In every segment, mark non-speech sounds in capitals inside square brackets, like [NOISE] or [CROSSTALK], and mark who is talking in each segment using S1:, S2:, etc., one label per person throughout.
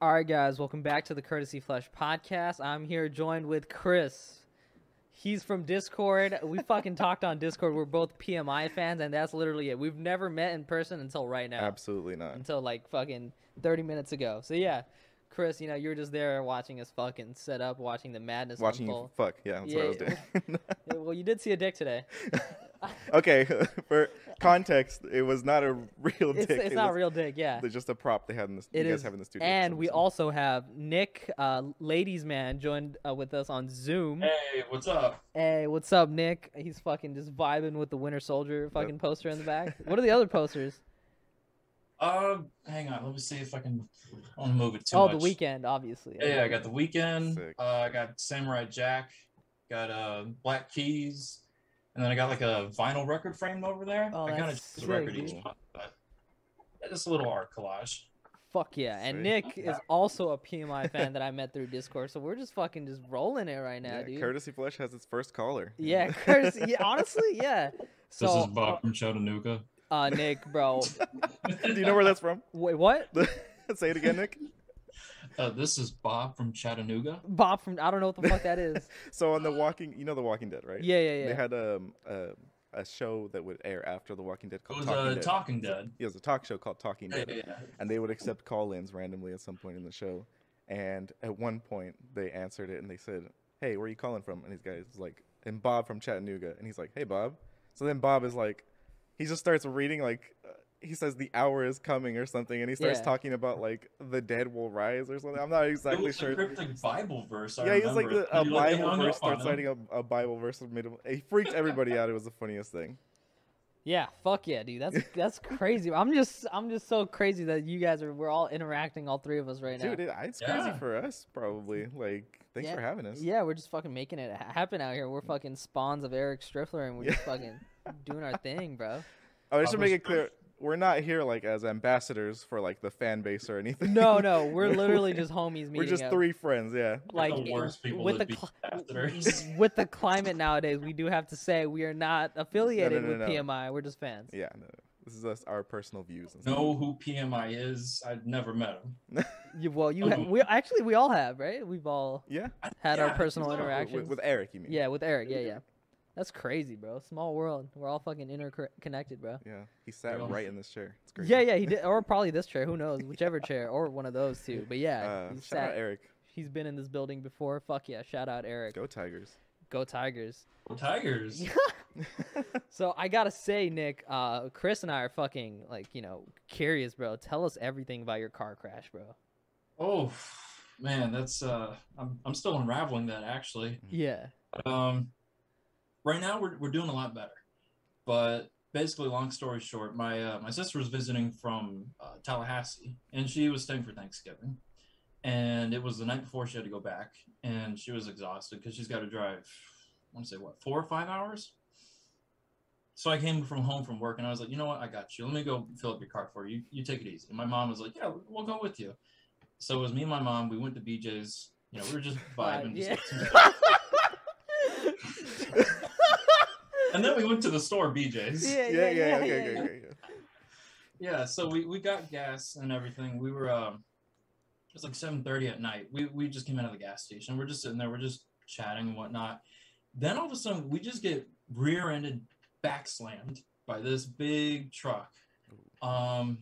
S1: All right, guys, welcome back to the Courtesy Flesh podcast. I'm here joined with Chris. He's from Discord.
S2: [LAUGHS]
S1: We fucking talked on Discord. We're both PMI fans, and that's literally it. We've never met in person until right now,
S2: Absolutely not.
S1: until like fucking 30 minutes ago. So, yeah, Chris, you know, you were just there watching us fucking set up, watching the madness
S2: Watching you
S1: unfold.
S2: fuck. Yeah, that's what I was
S1: Yeah,
S2: doing. [LAUGHS]
S1: Yeah, well, you did see a dick today.
S2: okay, [LAUGHS]
S1: [LAUGHS]
S2: for context, it was not a real
S1: It's,
S2: dick.
S1: it's
S2: it
S1: not
S2: was
S1: real dick, yeah.
S2: It's just a prop they had in the.
S1: It
S2: you guys
S1: is-
S2: have in the studio. for
S1: And
S2: some
S1: we
S2: reason.
S1: also have Nick, uh, ladies man, joined uh, with us on Zoom.
S3: Hey, what's up?
S1: Hey, what's up, Nick? He's fucking just vibing with the Winter Soldier fucking poster in the back. What are the other posters?
S3: Um, hang on, let me see if I can. I want to move it [LAUGHS] too
S1: oh,
S3: much.
S1: the weekend, obviously.
S3: Yeah, yeah, I got the weekend.
S2: Sick.
S3: Uh, I got Samurai Jack. Got uh Black Keys, and then I got like a vinyl record frame over there.
S1: Oh,
S3: I kinda
S1: that's
S3: choose a record
S1: sick,
S3: each
S2: dude.
S3: month, but yeah, just a little art collage.
S1: Fuck yeah. And
S2: Sweet.
S1: Nick
S3: [LAUGHS]
S1: is also a PMI fan that I met through Discord, so we're just fucking just rolling it right now,
S2: yeah,
S1: dude.
S2: Courtesy Flesh has its first caller.
S1: [LAUGHS]
S2: you
S1: Yeah,
S3: [LAUGHS]
S2: know?
S1: Curtis. Yeah, honestly, yeah. So,
S3: this is Bob from Chattanooga.
S1: uh, Nick,
S3: [LAUGHS]
S1: bro.
S2: [LAUGHS] Do you know where that's from? [LAUGHS]
S1: Wait, what?
S2: Say it again, Nick.
S3: Uh, this is Bob from Chattanooga.
S1: Bob from I don't know what the fuck that
S3: [LAUGHS]
S1: is.
S2: So on the Walking, you know the Walking Dead, right?
S1: Yeah, yeah,
S2: They
S1: yeah.
S2: had um, a a show that would air after the Walking Dead
S3: It
S2: called
S3: was
S2: Talking
S3: uh,
S2: Dead.
S3: Talking Dead.
S2: yeah, it was a talk show called Talking
S3: Yeah,
S2: Dead.
S3: yeah, yeah.
S2: and they would accept call-ins randomly at some point in the show. And at one point, they answered it and they said, "Hey, where are you calling from?" And this guy is like, "And Bob from Chattanooga." And he's like, "Hey, Bob." So then Bob is like, he just starts reading like. Uh, he says the hour is coming or something, and he starts
S1: Yeah.
S2: talking about like the dead will rise or something. I'm not exactly
S3: it was a
S2: sure.
S3: cryptic Bible verse. I
S2: Yeah, he's like
S3: remember.
S2: the, a
S3: He, like,
S2: Bible
S3: hung up
S2: verse
S3: on
S2: starts
S3: him.
S2: citing a, a Bible verse. and made him- He freaked everybody out. It was the funniest thing.
S1: Yeah, fuck yeah, dude. That's that's crazy. I'm just I'm just so crazy that you guys are we're all interacting, all three of us right now.
S2: Dude, it, it's
S3: Yeah.
S2: crazy for us probably. Like, thanks
S1: Yeah.
S2: for having us.
S1: Yeah, we're just fucking making it ha- happen out here. We're fucking spawns of Eric Striffler, and we're just
S2: [LAUGHS]
S1: fucking doing our thing, bro.
S2: Oh, I should make
S3: Publish
S2: it clear. We're not here like as ambassadors for like the fan base or anything.
S1: No,
S2: [LAUGHS]
S1: no, [LAUGHS] we're literally just homies meeting
S2: We're just
S1: up.
S2: three friends, yeah.
S3: They're
S1: Like
S3: the worst
S1: it-
S3: people
S1: with
S3: to
S1: the
S3: be
S1: cli-
S2: [LAUGHS]
S3: ambassadors.
S1: with the climate nowadays, we do have to say we are not affiliated
S2: no,
S1: with
S2: no.
S1: PMI. We're just fans.
S2: Yeah, no. This is us our personal views. and stuff.
S3: know who PMI is. I've never met him.
S1: You, well, you ha-
S3: Um,
S1: we actually we all have right. We've all
S2: Yeah?
S1: had our
S3: Yeah,
S1: personal
S3: exactly.
S2: With-
S1: interactions.
S2: With, with Eric, you mean?
S1: yeah, with Eric. Yeah, yeah. That's crazy, bro. Small world. We're all fucking interconnected, bro.
S2: Yeah. He sat
S3: Yeah.
S2: right in this chair. It's great.
S1: Yeah, yeah, he did, or probably this chair. Who knows? Whichever chair, or one of those two. But yeah,
S2: Uh,
S1: he
S2: shout
S1: sat-
S2: out Eric.
S1: He's been in this building before. Fuck yeah. Shout out Eric. Go,
S2: Go Tigers.
S1: Tigers. [LAUGHS]
S3: Tigers.
S1: So I gotta say, Nick, uh, Chris and I are fucking like, you know, curious, bro. Tell us everything about your car crash, bro.
S3: Oh man, that's uh I'm I'm still unraveling that actually.
S1: Yeah. [LAUGHS]
S3: Um right now we're we're doing a lot better. But basically long story short, my uh, my sister was visiting from uh, Tallahassee and she was staying for Thanksgiving. And it was the night before she had to go back and she was exhausted cuz she's got to drive I want to say what, 4 or 5 hours. So I came from home from work and I was like, "You know what? I got you. Let me go fill up your car for you. You take it easy." And my mom was like, "Yeah, we'll go with you." So it was me and my mom. We went to BJ's. You know, we were just
S1: Uh,
S3: vibing. just
S1: yeah.
S3: and then we went to the store BJ's.
S1: yeah, yeah,
S3: Yeah.
S1: yeah,
S2: okay,
S1: yeah,
S2: okay,
S1: yeah.
S2: okay, yeah.
S3: so we, we got gas and everything. We were um it was like seven thirty at night. We we just came out of the gas station. We're just sitting there, we're just chatting and whatnot. Then all of a sudden we just get rear ended back slammed by this big truck. Um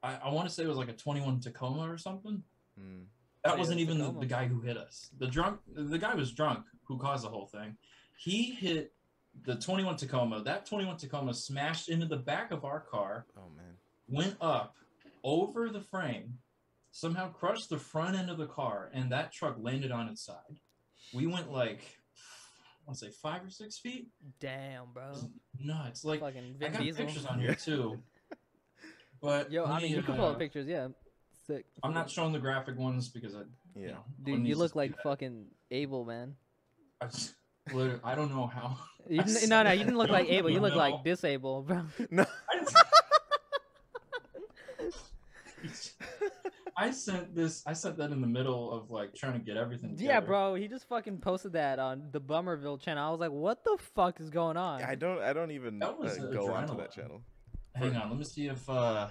S3: I, I want to say it was like a 21 Tacoma or something.
S2: Mm.
S1: Oh,
S3: That
S1: yeah,
S3: wasn't
S1: that's
S3: even
S1: a
S3: the,
S1: good
S3: the
S1: one.
S3: guy who hit us. The drunk, the guy was drunk who caused the whole thing. He hit the 21 Tacoma. That 21 Tacoma smashed into the back of our car,
S2: Oh, man.
S3: went up over the frame, somehow crushed the front end of the car, and that truck landed on its side. We went like, I want to say five or six feet.
S1: Damn, bro.
S3: No, it's like
S1: fucking
S3: I
S1: Vin
S3: got
S1: Diesel.
S3: pictures on
S1: [LAUGHS]
S3: here too. But
S1: Yo, I
S3: let
S1: mean,
S3: me,
S1: you can pull
S3: uh,
S1: up pictures. Yeah. Sick.
S3: I'm not showing the graphic ones because I,
S2: Yeah.
S3: you know,
S1: Dude,
S3: one
S1: you
S3: needs to [LAUGHS]
S1: look
S3: see
S1: like
S3: that.
S1: fucking Abel,
S3: [LAUGHS]
S1: man.
S3: I just- literally, I don't know how.
S1: You,
S3: I
S1: didn't- no, no, you
S3: said-
S1: didn't look like Abel. You look like
S3: No.
S1: disabled,
S3: [LAUGHS]
S1: bro.
S3: I, just- I sent this. I sent that in the middle of like trying to get everything.
S1: Yeah,
S3: together.
S1: bro, he just fucking posted that on the Bummerville channel. I was like, what the fuck is going on?
S2: I don't. I don't even uh,
S3: That was
S2: go onto that
S3: adrenaline.
S2: channel.
S3: Hang on, let me see if. uh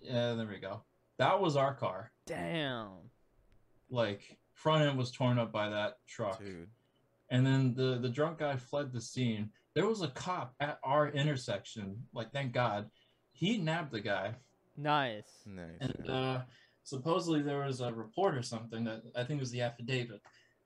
S3: Yeah, there we go. That was our car.
S1: Damn.
S3: Like front end was torn up by that truck,
S2: Dude,
S3: and then the the drunk guy fled the scene. There was a cop at our intersection. Like, thank God, he nabbed the guy.
S1: Nice.
S2: nice.
S3: And
S2: yeah.
S3: uh, supposedly there was a report or something that I think it was the affidavit.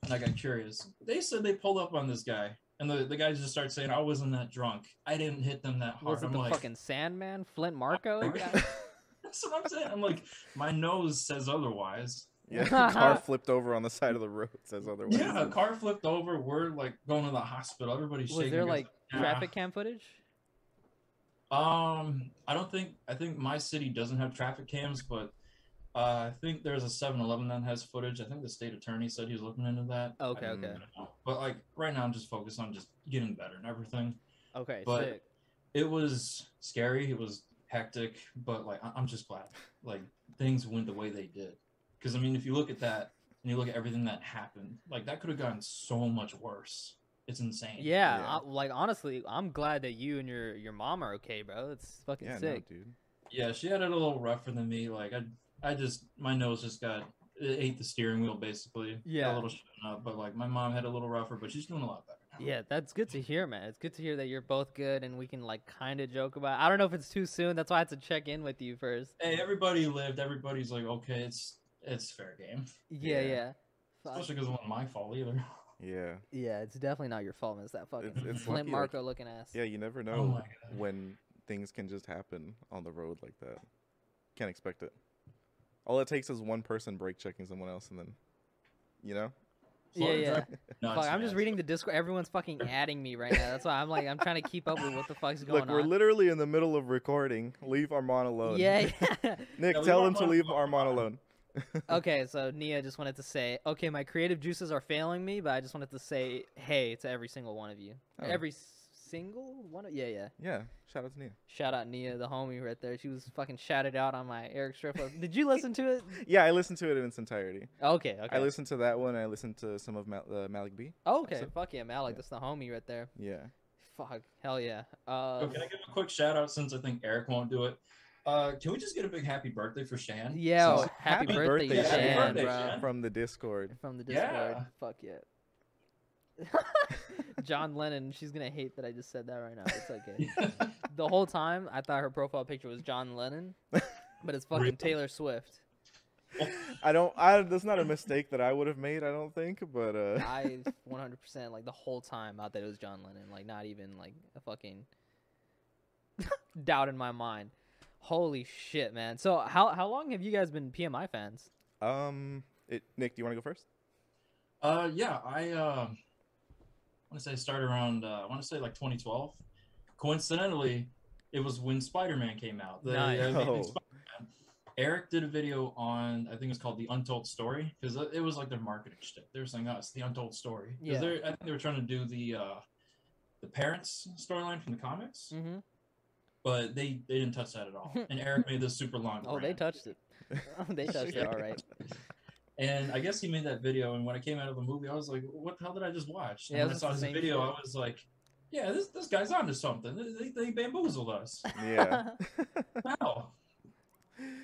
S3: And I got curious. They said they pulled up on this guy, and the, the guy just starts saying, "Oh, "I wasn't that drunk. I didn't hit them that hard."
S1: Was it
S3: I'm
S1: the
S3: like,
S1: fucking Sandman, Flint Marco?
S3: Like- [LAUGHS] "That's what I'm saying." I'm like, "My nose says otherwise."
S2: [LAUGHS]
S1: [LAUGHS]
S2: yeah, car flipped over on the side of the road. Says otherwise.
S3: Yeah, a car flipped over. We're like going to the hospital. Everybody's
S1: Was
S3: shaking.
S1: there
S3: their
S1: like
S3: nah.
S1: traffic cam footage?
S3: Um, I don't think I think my city doesn't have traffic cams, but uh, I think there's a 7-Eleven that has footage. I think the state attorney said he was looking into that. I
S1: Okay,
S2: don't
S1: okay,
S3: know. But like right now, I'm just focused on just getting better and everything.
S1: okay.
S3: But-
S1: sick.
S3: It was scary. It was hectic, but like I- I'm just glad like things went the way they did. Because I mean, if you look at that and you look at everything that happened, like that could have gotten so much worse. It's insane.
S1: Yeah,
S2: Yeah.
S1: I- like honestly, I'm glad that you and your your mom are okay, bro. It's fucking
S2: Yeah, no,
S1: sick.
S2: dude.
S3: Yeah, she had it a little rougher than me. Like I, I just my nose just got it ate the steering wheel basically. Got
S1: Yeah.
S3: a little shooken up. But like my mom had a little rougher, but she's doing a lot better. Now.
S1: yeah, that's good to hear, man. It's good to hear that you're both good and we can like kind of joke about. I don't know if it's too soon. That's why I had to check in with you first.
S3: Hey, everybody lived. Everybody's like, okay, it's it's fair game.
S1: Yeah,
S2: Yeah.
S1: yeah. Fuck.
S3: Especially because it wasn't my fault either. [LAUGHS]
S2: Yeah,
S1: Yeah, it's definitely not your fault, man. It's that fucking
S2: it's, it's
S1: Flint
S2: lucky, like,
S1: Marco looking ass.
S2: yeah, you never
S3: Oh my
S2: know
S3: god.
S2: when things can just happen on the road like that. Can't expect it. All it takes is one person brake checking someone else, and then, you know,
S1: yeah,
S3: Florida
S1: yeah.
S3: drive-
S1: Fuck,
S3: Nuts,
S1: I'm just
S3: man.
S1: reading the Discord. Everyone's fucking
S2: [LAUGHS]
S1: adding me right now. That's why I'm like, I'm trying to keep up with what the fuck's going
S2: look, we're
S1: on.
S2: literally in the middle of recording. Leave Armand alone.
S1: yeah, yeah.
S2: [LAUGHS]
S1: [LAUGHS]
S2: Nick,
S3: Yeah, leave
S2: tell him to
S3: Armand
S2: leave
S3: alone.
S2: Armand alone.
S1: okay, so Nia just wanted to say, okay, my creative juices are failing me, but I just wanted to say hey to every single one of you.
S2: Oh.
S1: Every s- single one of Yeah, yeah.
S2: Yeah,
S1: [LAUGHS]
S2: shout out to Nia.
S1: Shout out Nia, the homie right there. She was fucking shouted out on my Eric Striffle. Did you listen to
S2: [LAUGHS]
S1: it?
S2: Yeah, I listened to it in its entirety.
S1: Okay, okay.
S2: I listened to that one. I listened to some of Mal- uh, Malik B.
S1: okay,
S2: so-
S1: fuck yeah, Malik,
S2: yeah.
S1: that's the homie right there.
S2: Yeah.
S1: Fuck, hell yeah. Uh,
S3: So can I give a quick shout out since I think Eric won't do it? Uh, can we just get a big happy birthday for Shan?
S1: Yeah,
S3: Since-
S1: happy, birthday,
S3: birthday, Shan.
S1: Shan,
S3: Happy birthday,
S1: bro.
S3: Shan.
S2: From the Discord.
S1: From the Discord.
S3: Yeah.
S1: Fuck yeah. [LAUGHS] John Lennon, she's gonna hate that I just said that right now. It's okay.
S3: [LAUGHS]
S1: the whole time I thought her profile picture was John Lennon, but it's fucking
S3: Really?
S1: Taylor
S3: [LAUGHS]
S1: Swift.
S2: I don't. I that's not a mistake that I would have made. I don't think. But uh,
S1: I 100% like the whole time out that it was John Lennon, like not even like a fucking [LAUGHS] doubt in my mind. Holy shit, man. So how how long have you guys been PMI fans?
S2: um, it, Nick, do you want to go first?
S3: Uh, yeah, I uh, want to say I started around. Uh, I want to say like 2012. Coincidentally, it was when Spider-Man came out. The,
S1: Nice.
S3: uh, Amazing
S2: Oh.
S3: Spider-Man. Eric did a video on. I think it was called the Untold Story because it was like their marketing shit. They were saying, "Oh, it's the Untold Story."
S1: Yeah.
S3: Yeah. I think they were trying to do the uh, the parents storyline from the comics,
S1: Mm-hmm.
S3: but they they didn't touch that
S1: [LAUGHS]
S3: at all. and Eric made this super long.
S1: Oh, they
S3: rant.
S1: touched it. [LAUGHS] they touched it. All right.
S3: And I guess he made that video. And when I came out of the movie, I was like, "What the hell did I just watch?"
S1: Yeah,
S3: and when I
S1: it's the
S3: saw his
S1: same
S3: video,
S1: shit.
S3: I was like, "Yeah, this this guy's onto something. They, they, they
S1: [LAUGHS]
S3: bamboozled us."
S2: Yeah.
S3: wow.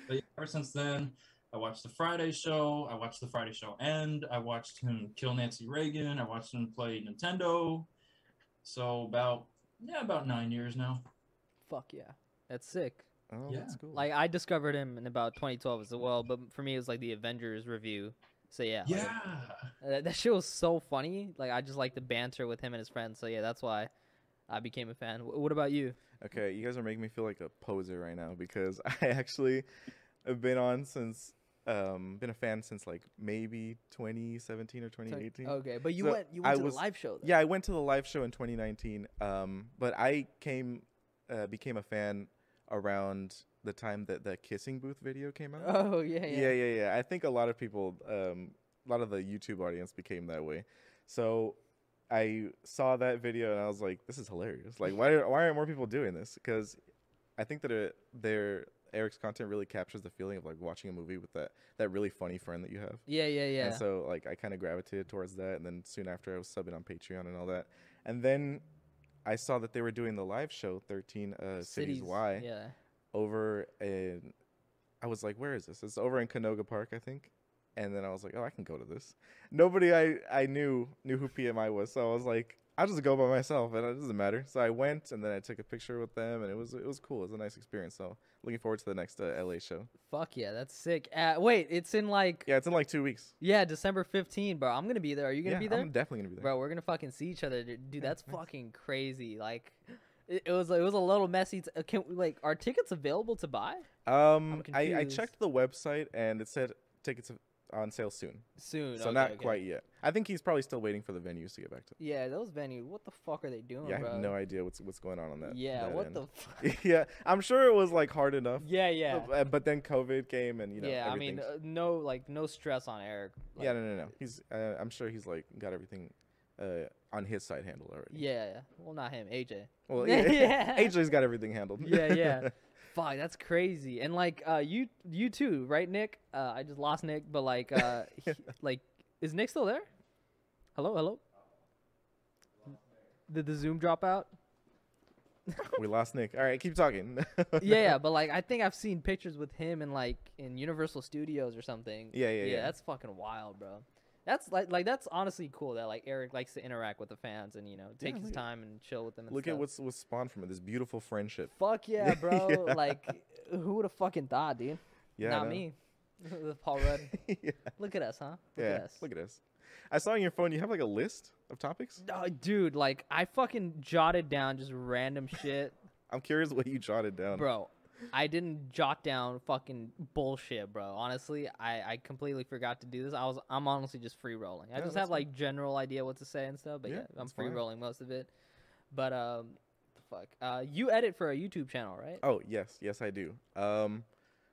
S3: But yeah, ever since then, I watched the Friday Show. I watched the Friday Show end. I watched him kill Nancy Reagan. I watched him play Nintendo. So about yeah, about nine years now.
S1: Fuck yeah. That's sick.
S2: Oh,
S3: Yeah.
S2: that's cool.
S1: Like I discovered him in about 2012 as well, but for me it was like the Avengers review. So yeah, like,
S3: Yeah.
S1: uh, that, that shit was so funny. Like I just like the banter with him and his friends. So yeah, that's why I became a fan. Wh- what about you?
S2: Okay, you guys are making me feel like a poser right now because [LAUGHS] I actually have been on since um been a fan since like maybe 2017 or 2018.
S1: Okay, but you
S2: So,
S1: went you
S2: I
S1: went to
S2: was-
S1: the live show. Though.
S2: Yeah, I went to the live show in 2019. Um, but I came, uh, became a fan around the time that the kissing booth video came out.
S1: [LAUGHS] Oh yeah yeah.
S2: yeah, yeah, yeah. I think a lot of people, um, a lot of the YouTube audience became that way. So I saw that video and I was like, this is hilarious. Like, why, are- why are more people doing this? Because I think that it, their Eric's content really captures the feeling of like watching a movie with that that really funny friend that you have.
S1: Yeah, yeah, yeah.
S2: And so like I kind of gravitated towards that, and then soon after I was subbing on Patreon and all that, and then I saw that they were doing the live show thirteen uh, cities, Y
S1: Yeah.
S2: over in. I was like, where is this? It's over in Canoga Park, I think. And then I was like, oh, I can go to this. Nobody I I knew knew who PMI was, so I was like, I'll just go by myself, and it doesn't matter. So I went, and then I took a picture with them, and it was it was cool. It was a nice experience. So looking forward to the next uh, LA show.
S1: Fuck yeah, that's sick. Uh, wait, it's in like yeah.
S2: Yeah, it's in like two weeks.
S1: December 15, bro. I'm gonna be there. Are you gonna
S2: yeah,
S1: be there?
S2: I'm definitely gonna be there.
S1: Bro, we're gonna fucking see each other, dude. Dude, [LAUGHS]
S2: Yeah,
S1: that's
S2: nice.
S1: fucking crazy. Like, it, it was it was a little messy. T- uh, can we, like are tickets available to buy
S2: Um,
S1: I'm
S2: I, I
S1: confused.
S2: checked the website and it said tickets on sale soon,
S1: soon?
S2: so
S1: Okay,
S2: not
S1: okay.
S2: quite yet. I think he's probably still waiting for the venues to get back to.
S1: Yeah, those venues. What the fuck are they doing,
S2: yeah, I
S1: Oh, bro?
S2: have no idea what's what's going on on that.
S1: yeah,
S2: that
S1: what
S2: end. [LAUGHS]
S1: the? Fuck?
S2: yeah, I'm sure it was like hard enough.
S1: [LAUGHS] yeah, yeah,
S2: uh, But then COVID came and you know.
S1: yeah. I mean,
S2: everything's-
S1: uh, no, like no stress on Eric. Like,
S2: yeah, no, no, no. He's. Uh, I'm sure he's like got everything. Uh, on his side handled already.
S1: yeah, yeah. Well, not him, AJ.
S2: Well,
S1: [LAUGHS]
S2: yeah. [LAUGHS]
S1: Yeah.
S2: AJ's got everything handled.
S1: Yeah, yeah. Fuck, that's crazy. And like, uh, you, you too, right, Nick? Uh, I just lost Nick, but like,
S2: [LAUGHS]
S1: uh, he- like, is Nick still there? Hello, hello. Did the Zoom drop out?
S2: [LAUGHS] we lost Nick. All right, keep talking. [LAUGHS]
S1: yeah, yeah, but like I think I've seen pictures with him in like in Universal Studios or something.
S2: Yeah, yeah, yeah.
S1: That's fucking wild, bro. That's like like that's honestly cool that like Eric likes to interact with the fans and you know take his
S2: look at-
S1: time and chill with them. And
S2: Look at
S1: stuff.
S2: what's what's spawned from it. This beautiful friendship. [LAUGHS]
S1: fuck yeah, bro.
S2: Yeah.
S1: Like who would have fucking thought, dude?
S2: Yeah. I
S1: Not
S2: know.
S1: me. [LAUGHS] The Paul Rudd.
S2: yeah.
S1: Look at us, huh? Look
S2: yeah,
S1: at us.
S2: Look at us. I saw on your phone you have like a list of topics.
S1: Oh, dude, like I fucking jotted down just
S2: [LAUGHS]
S1: random shit,
S2: I'm curious what you jotted down.
S1: bro. I didn't jot down fucking bullshit, bro. Honestly, I, I completely forgot to do this. I was I'm honestly just free rolling. I
S2: Yeah,
S1: just
S2: that's
S1: have
S2: fine.
S1: like general idea what to say and stuff, but yeah,
S2: Yeah,
S1: I'm
S2: that's
S1: free
S2: fine.
S1: rolling most of it. But um, the fuck, uh, you edit for a YouTube channel, right?
S2: Oh yes, yes I do. Um,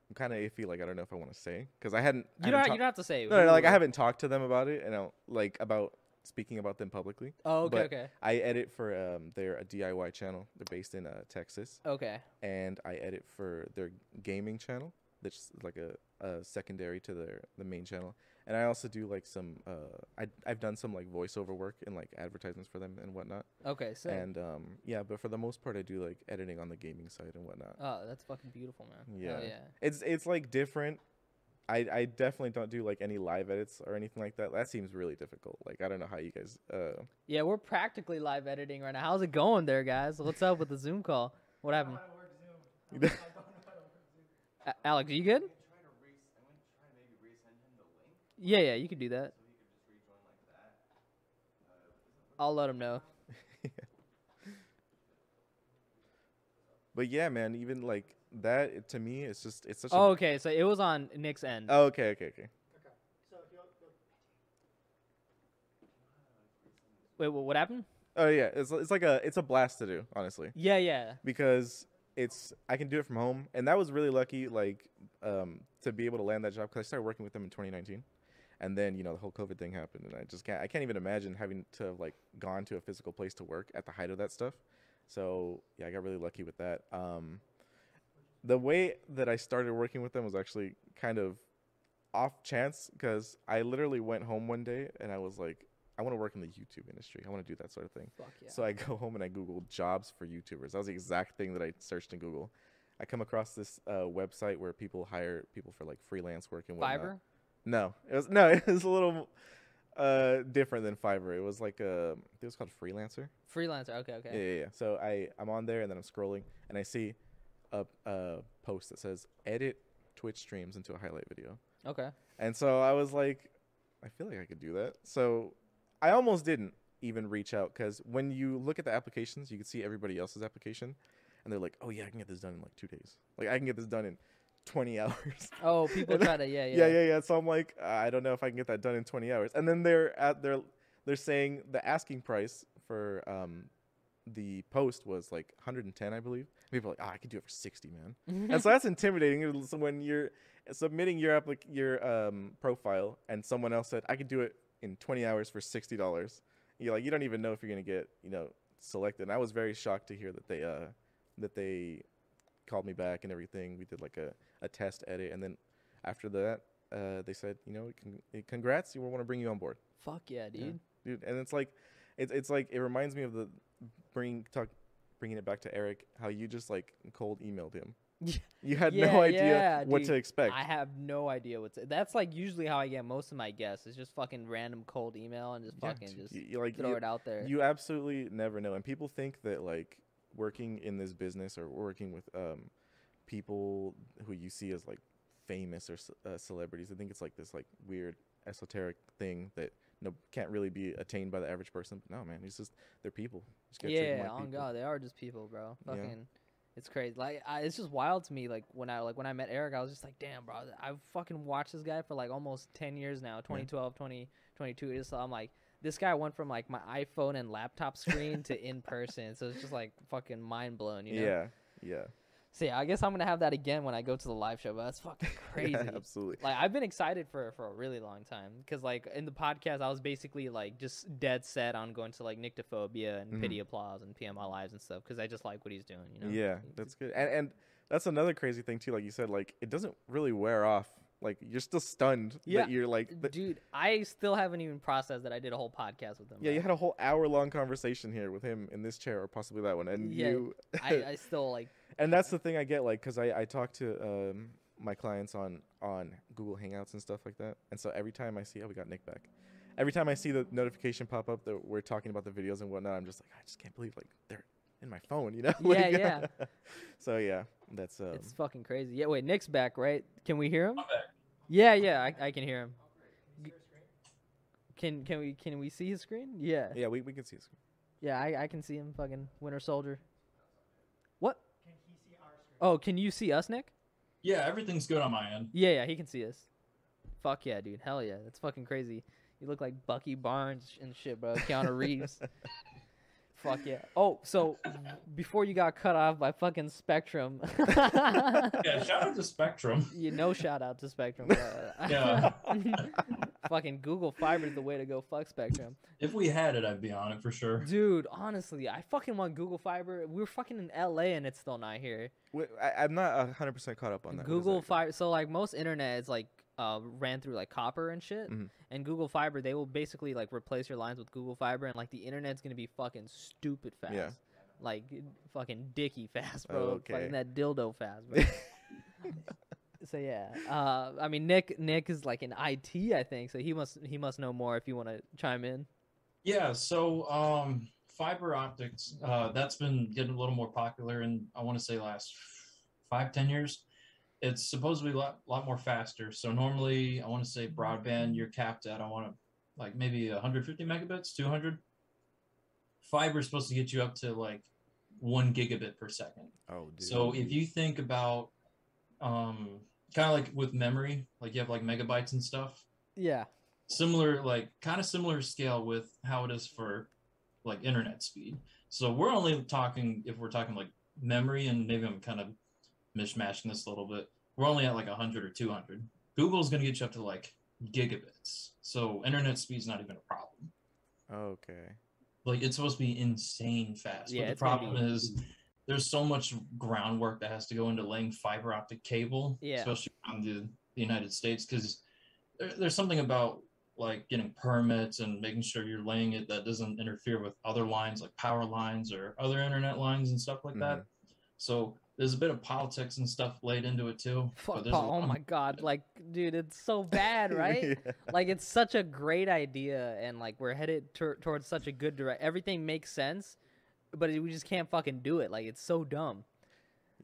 S2: I'm kind of iffy. Like I don't know if I want to say because I hadn't. I
S1: you don't
S2: haven't
S1: ha- you
S2: talked-
S1: don't have to say.
S2: no, no,
S1: who
S2: no, like I
S1: or-
S2: haven't talked to them about it, and I don't, like about speaking about them publicly.
S1: Oh, okay,
S2: but
S1: okay,
S2: I edit for um their a DIY channel. They're based in uh, Texas,
S1: okay.
S2: and I edit for their gaming channel. That's like a, a secondary to their the main channel. And I also do like some uh I I've done some like voiceover work and like advertisements for them and whatnot.
S1: Okay, so
S2: And um, yeah, but for the most part, I do like editing on the gaming side and whatnot.
S1: oh, that's fucking beautiful, man.
S2: Yeah.
S1: Hell yeah.
S2: It's it's like different. I I definitely don't do like any live edits or anything like that. That seems really difficult. Like I don't know how you guys. Uh,
S1: Yeah, we're practically live editing right now. How's it going there, guys? What's up with the Zoom call? What happened?
S2: [LAUGHS]
S1: A- Alex, you good? Yeah, yeah, you can do that. I'll let him know.
S2: but yeah, man, even like that it- to me, it's just it's such.
S1: Oh,
S2: A,
S1: okay, so it was on Nick's end.
S2: oh, okay, okay, okay.
S1: Wait, wha- what happened?
S2: Oh yeah, it's it's like a it's a blast to do honestly
S1: Yeah, yeah.
S2: because it's I can do it from home and that was really lucky like um to be able to land that job because I started working with them in 2019. and then you know the whole covid thing happened and i just can't i can't even imagine having to have like gone to a physical place to work at the height of that stuff so yeah i got really lucky with that um the way that i started working with them was actually kind of off chance because i literally went home one day and i was like i want to work in the youtube industry i want to do that sort of thing
S1: Fuck yeah.
S2: so I go [LAUGHS] home and I Google jobs for YouTubers. That was the exact thing that I searched in Google. I come across this uh, website where people hire people for like freelance work and whatnot.
S1: Fiverr?
S2: No, it was no, [LAUGHS] it was a little uh, different than Fiverr. It was like a, I think it was called Freelancer.
S1: Freelancer, okay,
S2: Yeah,
S1: okay.
S2: yeah, yeah. So I I'm on there and then I'm scrolling and I see a, a post that says edit Twitch streams into a highlight video.
S1: Okay.
S2: And so I was like, I feel like I could do that. So I almost didn't even reach out because when you look at the applications, you can see everybody else's application, and they're like, "Oh yeah, I can get this done in like two days. Like I can get this done in 20 [LAUGHS] hours."
S1: Oh, people
S2: And-
S1: try to, yeah, yeah. [LAUGHS]
S2: [LAUGHS] yeah, yeah, yeah. So I'm like, I don't know if I can get that done in 20 hours. And then they're at their, they're saying the asking price for um, the post was like 110, I believe. People are like, ah, I could do it for 60, man and so that's intimidating is when you're submitting your applic- your um, profile and someone else said i could do it in 20 hours for $60 you're like you don't even know if you're going to get you know selected and i was very shocked to hear that they uh that they called me back and everything. We did like a, a test edit, and then after that, uh, they said, you know, con- congrats, we want to bring you on board,
S1: Fuck yeah, dude.
S2: dude. And it's like, it's it's like it reminds me of the bring talk, bringing it back to Eric, how you just like cold emailed him.
S1: Yeah.
S2: You had
S1: Yeah,
S2: no idea
S1: yeah,
S2: what to
S1: dude.
S2: expect.
S1: I have no idea what's. That's like usually how I get most of my guests. It's just fucking random cold email and just
S2: Yeah,
S1: fucking
S2: dude,
S1: just
S2: you- you, like
S1: throw
S2: you-
S1: it out there.
S2: You absolutely never know. And people think that like working in this business or working with um people who you see as like famous or ce- uh, celebrities, I think it's like this like weird esoteric thing that no can't really be attained by the average person. But no, man, it's just they're people. Just gotta treat 'em
S1: yeah,
S2: like
S1: on
S2: people.
S1: God, they are just people, bro.
S2: Yeah.
S1: Fucking, it's crazy. Like, I, it's just wild to me. Like when I like when I met Eric, I was just like, damn, bro, I've fucking watched this guy for like almost ten years now, 2012, 2022. It's- I'm like, this guy went from like my iPhone and laptop screen to in person. So it's just like fucking mind blown, you know?
S2: Yeah, yeah, [LAUGHS]
S1: So yeah, I guess I'm gonna have that again when I go to the live show. But that's fucking crazy.
S2: [LAUGHS] yeah, absolutely.
S1: like I've been excited for for a really long time because like in the podcast I was basically like just dead set on going to like Nyctophobia and
S2: Mhm.
S1: Pity Applause and PMI Lives and stuff because I just like what he's doing. You know?
S2: Yeah,
S1: It's-
S2: that's good. And and that's another crazy thing too. Like you said, like it doesn't really wear off. Like you're still stunned
S1: Yeah,
S2: that you're like that-
S1: dude, I still haven't even processed that I did a whole podcast with him.
S2: Yeah, you
S1: bro.
S2: had a whole hour long conversation here with him in this chair or possibly that one, and
S1: Yeah.
S2: you, [LAUGHS]
S1: I, I still like
S2: and that's the thing I get like because I I talk to um my clients on on Google Hangouts and stuff like that, and so every time I see oh we got Nick back, every time I see the notification pop up that we're talking about the videos and whatnot, I'm just like I just can't believe like they're in my phone, you know? [LAUGHS] Like, uh,
S1: Yeah,
S2: so yeah, that's um,
S1: it's fucking crazy. Yeah, wait, Nick's back, right? Can we hear him?
S3: I'm back.
S1: Yeah, yeah, I, I can hear him. G- Can can we can we see his screen? Yeah,
S2: yeah we we can see. His
S1: yeah, I, I can see him. Fucking Winter Soldier. What? Oh, can you see us, Nick?
S3: Yeah, everything's good on my end.
S1: Yeah, yeah, he can see us. Fuck yeah, dude. Hell yeah. That's fucking crazy. You look like Bucky Barnes sh- and shit, bro. Keanu Reeves. Fuck yeah. Oh, so before you got cut off by fucking Spectrum.
S3: Yeah, shout out to Spectrum.
S1: you no shout out to Spectrum. bro.
S3: Yeah.
S1: [LAUGHS] fucking Google Fiber's the way to go. Fuck Spectrum.
S3: If we had it, I'd be on it for sure.
S1: Dude, honestly, I fucking want Google Fiber. We were fucking in LA and it's still not here.
S2: Wait, I, I'm not hundred percent caught up on that. What is
S1: Google
S2: that?
S1: Fiber. So like most internet is like uh, ran through like copper and shit.
S2: Mhm.
S1: And Google Fiber, they will basically like replace your lines with Google Fiber, and like the internet's gonna be fucking stupid fast.
S2: Yeah.
S1: Like fucking dicky fast, bro.
S2: Oh, okay.
S1: Fucking that dildo fast,
S2: [LAUGHS]
S1: bro. so yeah. Uh, I mean Nick Nick is like in IT, I think. So he must he must know more if you want to chime in.
S3: Yeah, so um, fiber optics, uh, that's been getting a little more popular in, I want to say, last five, 10 years. It's supposed to be a lot, lot more faster. So normally, I want to say broadband, you're capped at, I want to, like maybe 150 megabits, 200. Fiber is supposed to get you up to like one gigabit per second.
S2: Oh, dude.
S3: So if you think about um, kind of like with memory, like you have like megabytes and stuff,
S1: Yeah.
S3: similar like kind of similar scale with how it is for like internet speed so we're only talking if we're talking like memory and maybe i'm kind of mishmashing this a little bit we're only at like 100 or 200 google's going to get you up to like gigabits so internet speed's not even a problem [LAUGHS]
S2: okay. [LAUGHS]
S3: like it's supposed to be insane fast
S1: Yeah,
S3: but the
S1: it's gonna be-
S3: problem is there's so much groundwork that has to go into laying fiber optic cable
S1: Yeah.
S3: especially around the, the united states because there, there's something about like getting permits and making sure you're laying it that doesn't interfere with other lines like power lines or other internet lines and stuff like that
S1: Mm.
S3: so there's a bit of politics and stuff laid into it too
S1: Fuck.
S3: but there's a
S1: Paul, oh
S3: lot-
S1: my god. Like, dude, it's so bad, right?
S2: [LAUGHS] Yeah.
S1: like it's such a great idea and like we're headed tor- towards such a good direct everything makes sense but we just can't fucking do it like it's so dumb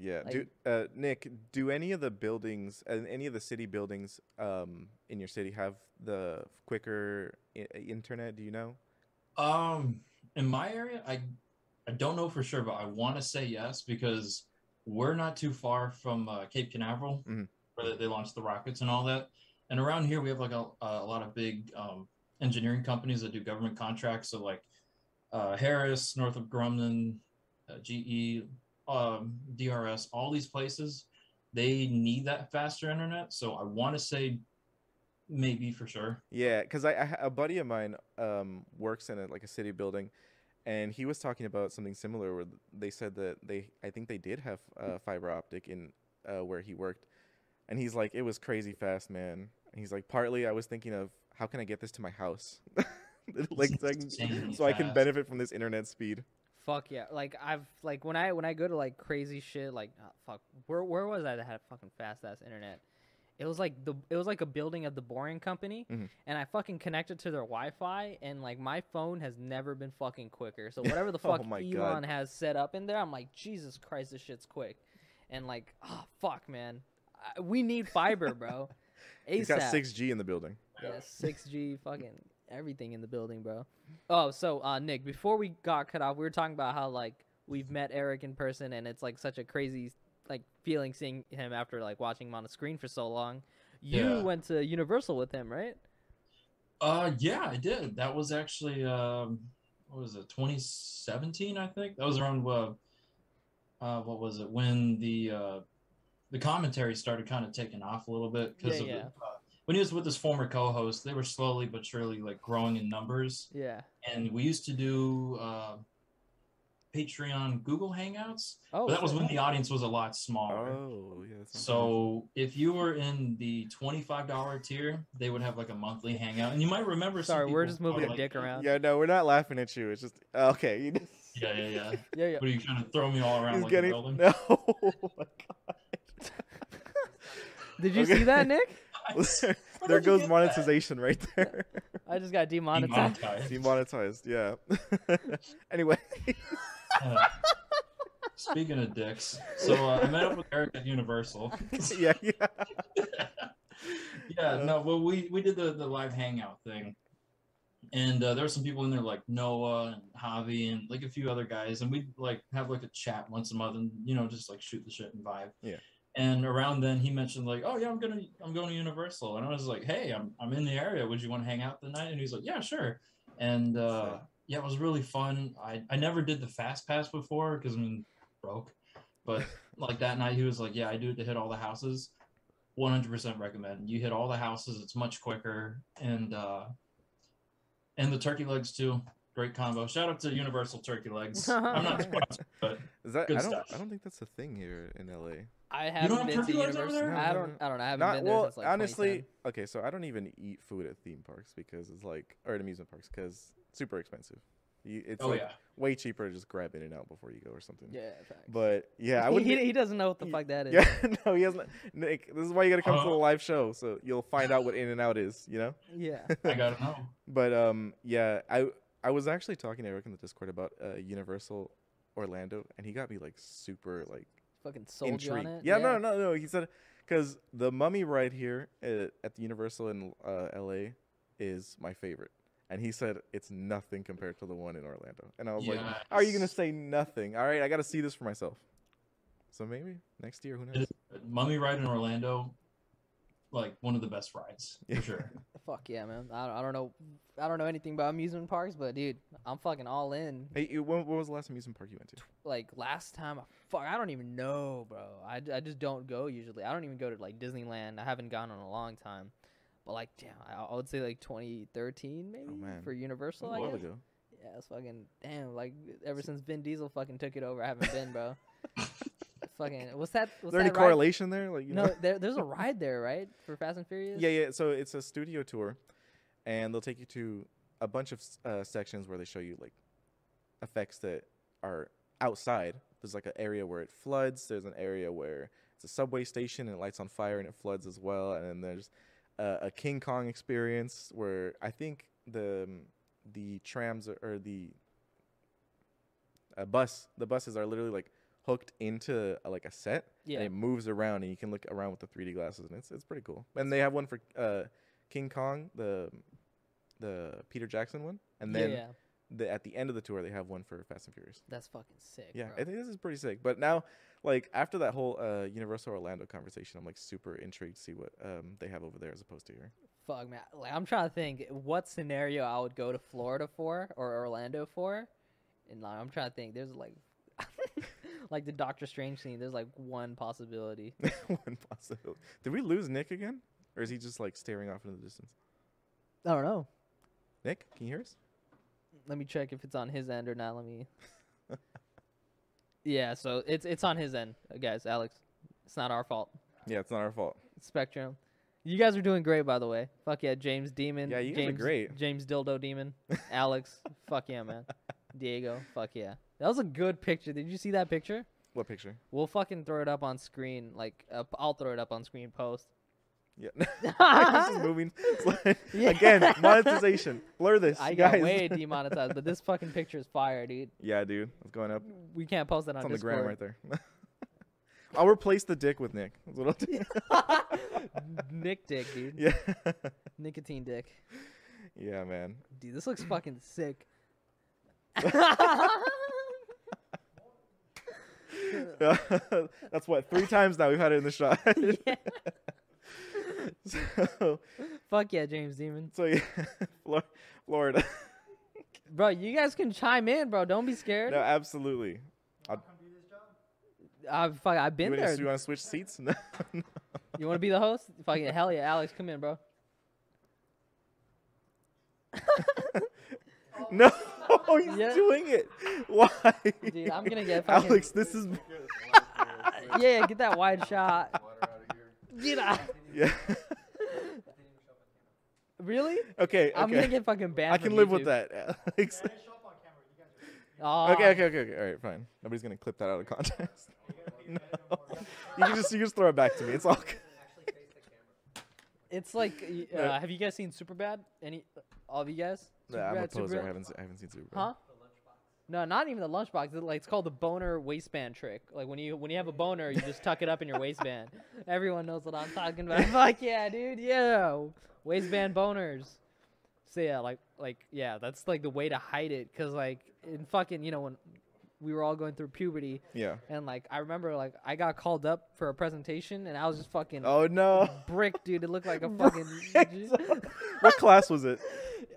S2: Yeah,
S1: Like-
S2: do, uh, Nick, do any of the buildings and any of the city buildings um, in your city have the quicker I- uh, internet? Do you know?
S3: Um, in my area, I I don't know for sure, but I want to say yes because we're not too far from uh, Cape Canaveral,
S2: Mhm.
S3: where they, they launched the rockets and all that. And around here, we have like a, a lot of big um, engineering companies that do government contracts. So like uh, Harris, Northrop Grumman, uh, GE, um, DRS, all these places, they need that faster internet. So I want to say maybe for sure.
S2: Yeah, because I, I ha- a buddy of mine um, works in a, like a city building, and he was talking about something similar where th- they said that they i think they did have uh, fiber optic in uh, where he worked and he's like it was crazy fast man and he's like partly i was thinking of how can i get this to my house [LAUGHS] like so, I can,
S3: Insanely
S2: so I can
S3: fast.
S2: benefit from this internet speed
S1: Fuck yeah! Like I've like when I when I go to like crazy shit like ah, fuck where where was I that had fucking fast ass internet? It was like the it was like a building of the Boring Company,
S2: Mhm.
S1: and I fucking connected to their Wi-Fi, and like my phone has never been fucking quicker. So whatever the
S2: [LAUGHS] Oh
S1: fuck
S2: my
S1: Elon
S2: God.
S1: has set up in there, I'm like Jesus Christ, this shit's quick, and like oh fuck man, I, we need fiber,
S2: [LAUGHS]
S1: bro. ASAP.
S2: he's got 6g in the building
S1: Yeah,
S3: Yeah.
S1: 6G, fucking everything in the building, bro. Oh, so uh, Nick, before we got cut off, we were talking about how like we've met Eric in person, and it's like such a crazy like feeling seeing him after like watching him on a screen for so long. You
S3: Yeah.
S1: went to Universal with him, right?
S3: Uh, yeah, I did. That was actually um, what was it, 2017? I think that was around uh, uh, what was it when the uh, the commentary started kind of taking off a little bit because
S1: Yeah,
S3: of
S1: yeah.
S3: Uh, when he was with his former co-host, they were slowly but surely like growing in numbers,
S1: Yeah.
S3: and we used to do uh, Patreon Google Hangouts,
S1: Oh,
S3: but that was
S1: shit.
S3: when the audience was a lot smaller.
S2: oh yeah that's not bad.
S3: So if you were in the twenty-five dollar tier, they would have like a monthly hangout, and you might remember. some
S1: Sorry, we're
S3: people
S1: just moving
S3: are
S1: the
S3: like,
S1: dick around.
S2: yeah no we're not laughing at you it's just okay you just,
S3: [LAUGHS] Yeah,
S1: [LAUGHS]
S2: [LAUGHS]
S3: yeah, yeah.
S1: yeah,
S3: [LAUGHS]
S1: yeah.
S3: What are you trying to throw me all around
S2: he's
S3: like
S2: getting [LAUGHS]
S3: a building? [LAUGHS]
S2: no oh my
S1: Did you
S2: Okay.
S1: see that, Nick?
S2: God. [LAUGHS]
S3: How
S2: there
S3: did you
S2: goes
S3: get
S2: monetization right there
S1: I just got
S3: that?
S1: demonetized.
S3: Demonetized.
S2: demonetized yeah [LAUGHS] anyway
S3: Uh, [LAUGHS] Speaking of dicks, so uh, I met up with Eric at Universal.
S2: yeah yeah
S3: [LAUGHS] yeah, no, well, we we did the the live hangout thing, and uh, there were some people in there like Noah and Javi and like a few other guys, and we'd like have like a chat once a month, and you know just like shoot the shit and vibe.
S2: Yeah.
S3: And around then, he mentioned like, "Oh yeah, I'm gonna I'm going to Universal," and I was like, "Hey, I'm I'm in the area. Would you want to hang out tonight?" And he's like, "Yeah, sure." And uh,
S2: Sick.
S3: yeah, it was really fun. I I never did the fast pass before because I'm broke, but like that night he was like, "Yeah, I do it to hit all the houses." 100% recommend. You hit all the houses. It's much quicker, and uh, and the turkey legs too. Great combo. Shout out to Universal Turkey Legs. I'm not, surprised, but
S2: Is that
S3: Good
S2: I don't
S3: stuff.
S2: I don't think that's a thing here in LA.
S1: I
S3: don't
S1: haven't
S3: have
S1: been to
S3: turkey legs over
S1: Universal.
S3: there?
S1: I
S2: No, no,
S1: don't. I don't know. I haven't
S2: Not
S1: been there
S2: well,
S1: since like
S2: honestly,
S1: 2010.
S2: okay, so I don't even eat food at theme parks because it's like or at amusement parks because super expensive. You, it's
S3: oh
S2: like
S3: yeah,
S2: way cheaper to just grab in and out before you go or something.
S1: Yeah. facts.
S2: But
S1: [LAUGHS]
S2: yeah, I would.
S1: he, he doesn't know what the
S2: Ye-
S1: fuck that is.
S2: [LAUGHS] yeah, no, he hasn't. Nick, this is why you gotta come to
S3: Uh-huh.
S2: the live show so you'll find out what in and out is. You know.
S1: Yeah.
S3: I Oh, gotta know.
S2: [LAUGHS] But um, yeah, I I was actually talking to Eric in the Discord about uh, Universal Orlando, and he got me like super like
S1: Fucking sold you on it.
S2: intrigued. Yeah, no, no, no. He said because the Mummy ride here at, at the Universal in uh, L.A. is my favorite, and he said it's nothing compared to the one in Orlando. And I was like, "How are you gonna
S3: Yes.
S2: say nothing? All right, I got to see this for myself. So maybe next year, who knows?
S3: Mummy ride in Orlando, like one of the best rides for sure.
S1: Fuck yeah, man. I don't, I don't know. I don't know anything about amusement parks, but dude, I'm fucking all in.
S2: Hey, you- when, when was the last amusement park you went to?
S1: Like last time, I- fuck, I don't even know, bro. I, I just don't go usually. I don't even go to like Disneyland. I haven't gone in a long time. But like, damn, I, I would say like 2013 maybe
S2: Oh, man.
S1: for Universal.
S2: a
S1: I
S2: while
S1: guess.
S2: ago.
S1: Yeah, it's fucking damn. Like ever since Vin Diesel fucking took it over, I haven't been,
S2: [LAUGHS]
S1: bro. fucking, what's that?
S2: Is
S1: What's
S2: there any
S1: that ride?
S2: correlation there? Like you
S1: No,
S2: know.
S1: there, there's a ride there, right? For Fast and Furious.
S2: Yeah, yeah. So it's a studio tour, and they'll take you to a bunch of s- uh, sections where they show you like effects that are outside. There's like an area where it floods. There's an area where it's a subway station and it lights on fire and it floods as well. And then there's uh, a King Kong experience where I think the um, the trams are- or the uh, bus the buses are literally like hooked into uh, like a set
S1: Yeah.
S2: and it moves around and you can look around with the 3D glasses and it's it's pretty cool. And they have one for uh, King Kong, the the Peter Jackson one, and
S1: Yeah,
S2: then
S1: yeah.
S2: The, at the end of the tour they have one for Fast and Furious.
S1: That's fucking sick.
S2: Yeah,
S1: bro.
S2: I think this is pretty sick. But now, like after that whole uh, Universal Orlando conversation, I'm like super intrigued to see what um, they have over there as opposed to here. [LAUGHS]
S1: Fuck man, like I'm trying to think what scenario I would go to Florida for or Orlando for, and like, I'm trying to think. There's like, [LAUGHS] like the Doctor Strange scene. There's like one possibility.
S2: one possibility. Did we lose Nick again, or is he just like staring off into the distance?
S1: I don't know.
S2: Nick, can you hear us?
S1: let me check if it's on his end or not. Let me. [LAUGHS] yeah, so it's it's on his end, uh, guys. Alex, it's not our fault.
S2: Yeah, it's not our fault.
S1: Spectrum, you guys are doing great, by the way. Fuck yeah, James Demon.
S2: Yeah, you guys are
S1: James,
S2: great.
S1: James Dildo
S2: [LAUGHS]
S1: Demon. Alex, fuck yeah, man. Diego, fuck yeah. That was a good picture. Did you see that picture?
S2: What picture?
S1: We'll fucking throw it up on screen. Like uh, I'll throw it up on screen
S2: [LAUGHS]
S1: post. [LAUGHS]
S2: Yeah. [LAUGHS] This
S1: Uh-huh.
S2: is moving. slide.
S1: [LAUGHS]
S2: Again, monetization. Blur this,
S1: I
S2: guys.
S1: got way demonetized, but this fucking picture is fire, dude.
S2: [LAUGHS] yeah, dude, it's going up.
S1: We can't post it on,
S2: It's on the
S1: Discord.
S2: ground right there. [LAUGHS] I'll replace the dick with Nick. That's what I'll
S1: [LAUGHS]
S2: do. [LAUGHS]
S1: Nick dick, dude.
S2: yeah. [LAUGHS]
S1: Nicotine dick.
S2: yeah, man. [LAUGHS]
S1: Dude, this looks fucking sick. [LAUGHS]
S2: That's what three times now we've had it in the shot. [LAUGHS]
S1: Yeah.
S2: so,
S1: Fuck yeah, James Demon.
S2: so yeah, [LAUGHS] Flor- Florida. [LAUGHS]
S1: Bro, you guys can chime in, bro. Don't be scared.
S2: no, absolutely.
S1: I've fuck, I've
S2: You
S1: been
S2: wanna-
S1: there.
S2: you want to switch seats? [LAUGHS] No. no.
S1: You want to be the host? Fucking hell yeah, Alex, come in, bro.
S2: No, [LAUGHS] he's
S1: Yeah.
S2: doing it. [LAUGHS] Why?
S1: Dude, I'm gonna
S2: [LAUGHS]
S1: get fucking-
S2: Alex, this is
S1: Yeah, yeah, get that wide shot. Dude, I,
S2: yeah. [LAUGHS]
S1: really?
S2: Okay, okay.
S1: I'm gonna get fucking banned.
S2: I can
S1: from
S2: live with
S1: YouTube.
S2: that.
S1: [LAUGHS]
S2: Alex. [LAUGHS]
S4: [LAUGHS]
S1: Aw.
S2: Okay, okay, okay, okay. All right, fine. Nobody's gonna clip that out of context. [LAUGHS] no.
S4: [LAUGHS]
S2: You can just you can just throw it back to me. It's all good.
S1: It's like, y-
S2: No.
S1: uh, have you guys seen Superbad? Any, all of you guys?
S2: Nah, I'm a
S1: Superbad,
S2: poser. I
S1: Superbad?
S2: haven't, se- I haven't seen Super.
S1: Huh? No, not even the lunchbox. It, like it's called the boner waistband trick. Like when you when you have a boner, you just tuck it up in your waistband. [LAUGHS] Everyone knows what I'm talking about. [LAUGHS] Fuck yeah, dude. Yeah, waistband boners. So yeah, like like yeah, that's like the way to hide it. Cause like in fucking you know when we were all going through puberty
S2: Yeah.
S1: and like I remember like I got called up for a presentation and I was just fucking
S2: Oh
S1: [LAUGHS]
S2: no.
S1: brick, dude. It looked like a fucking. [LAUGHS]
S2: what class was it?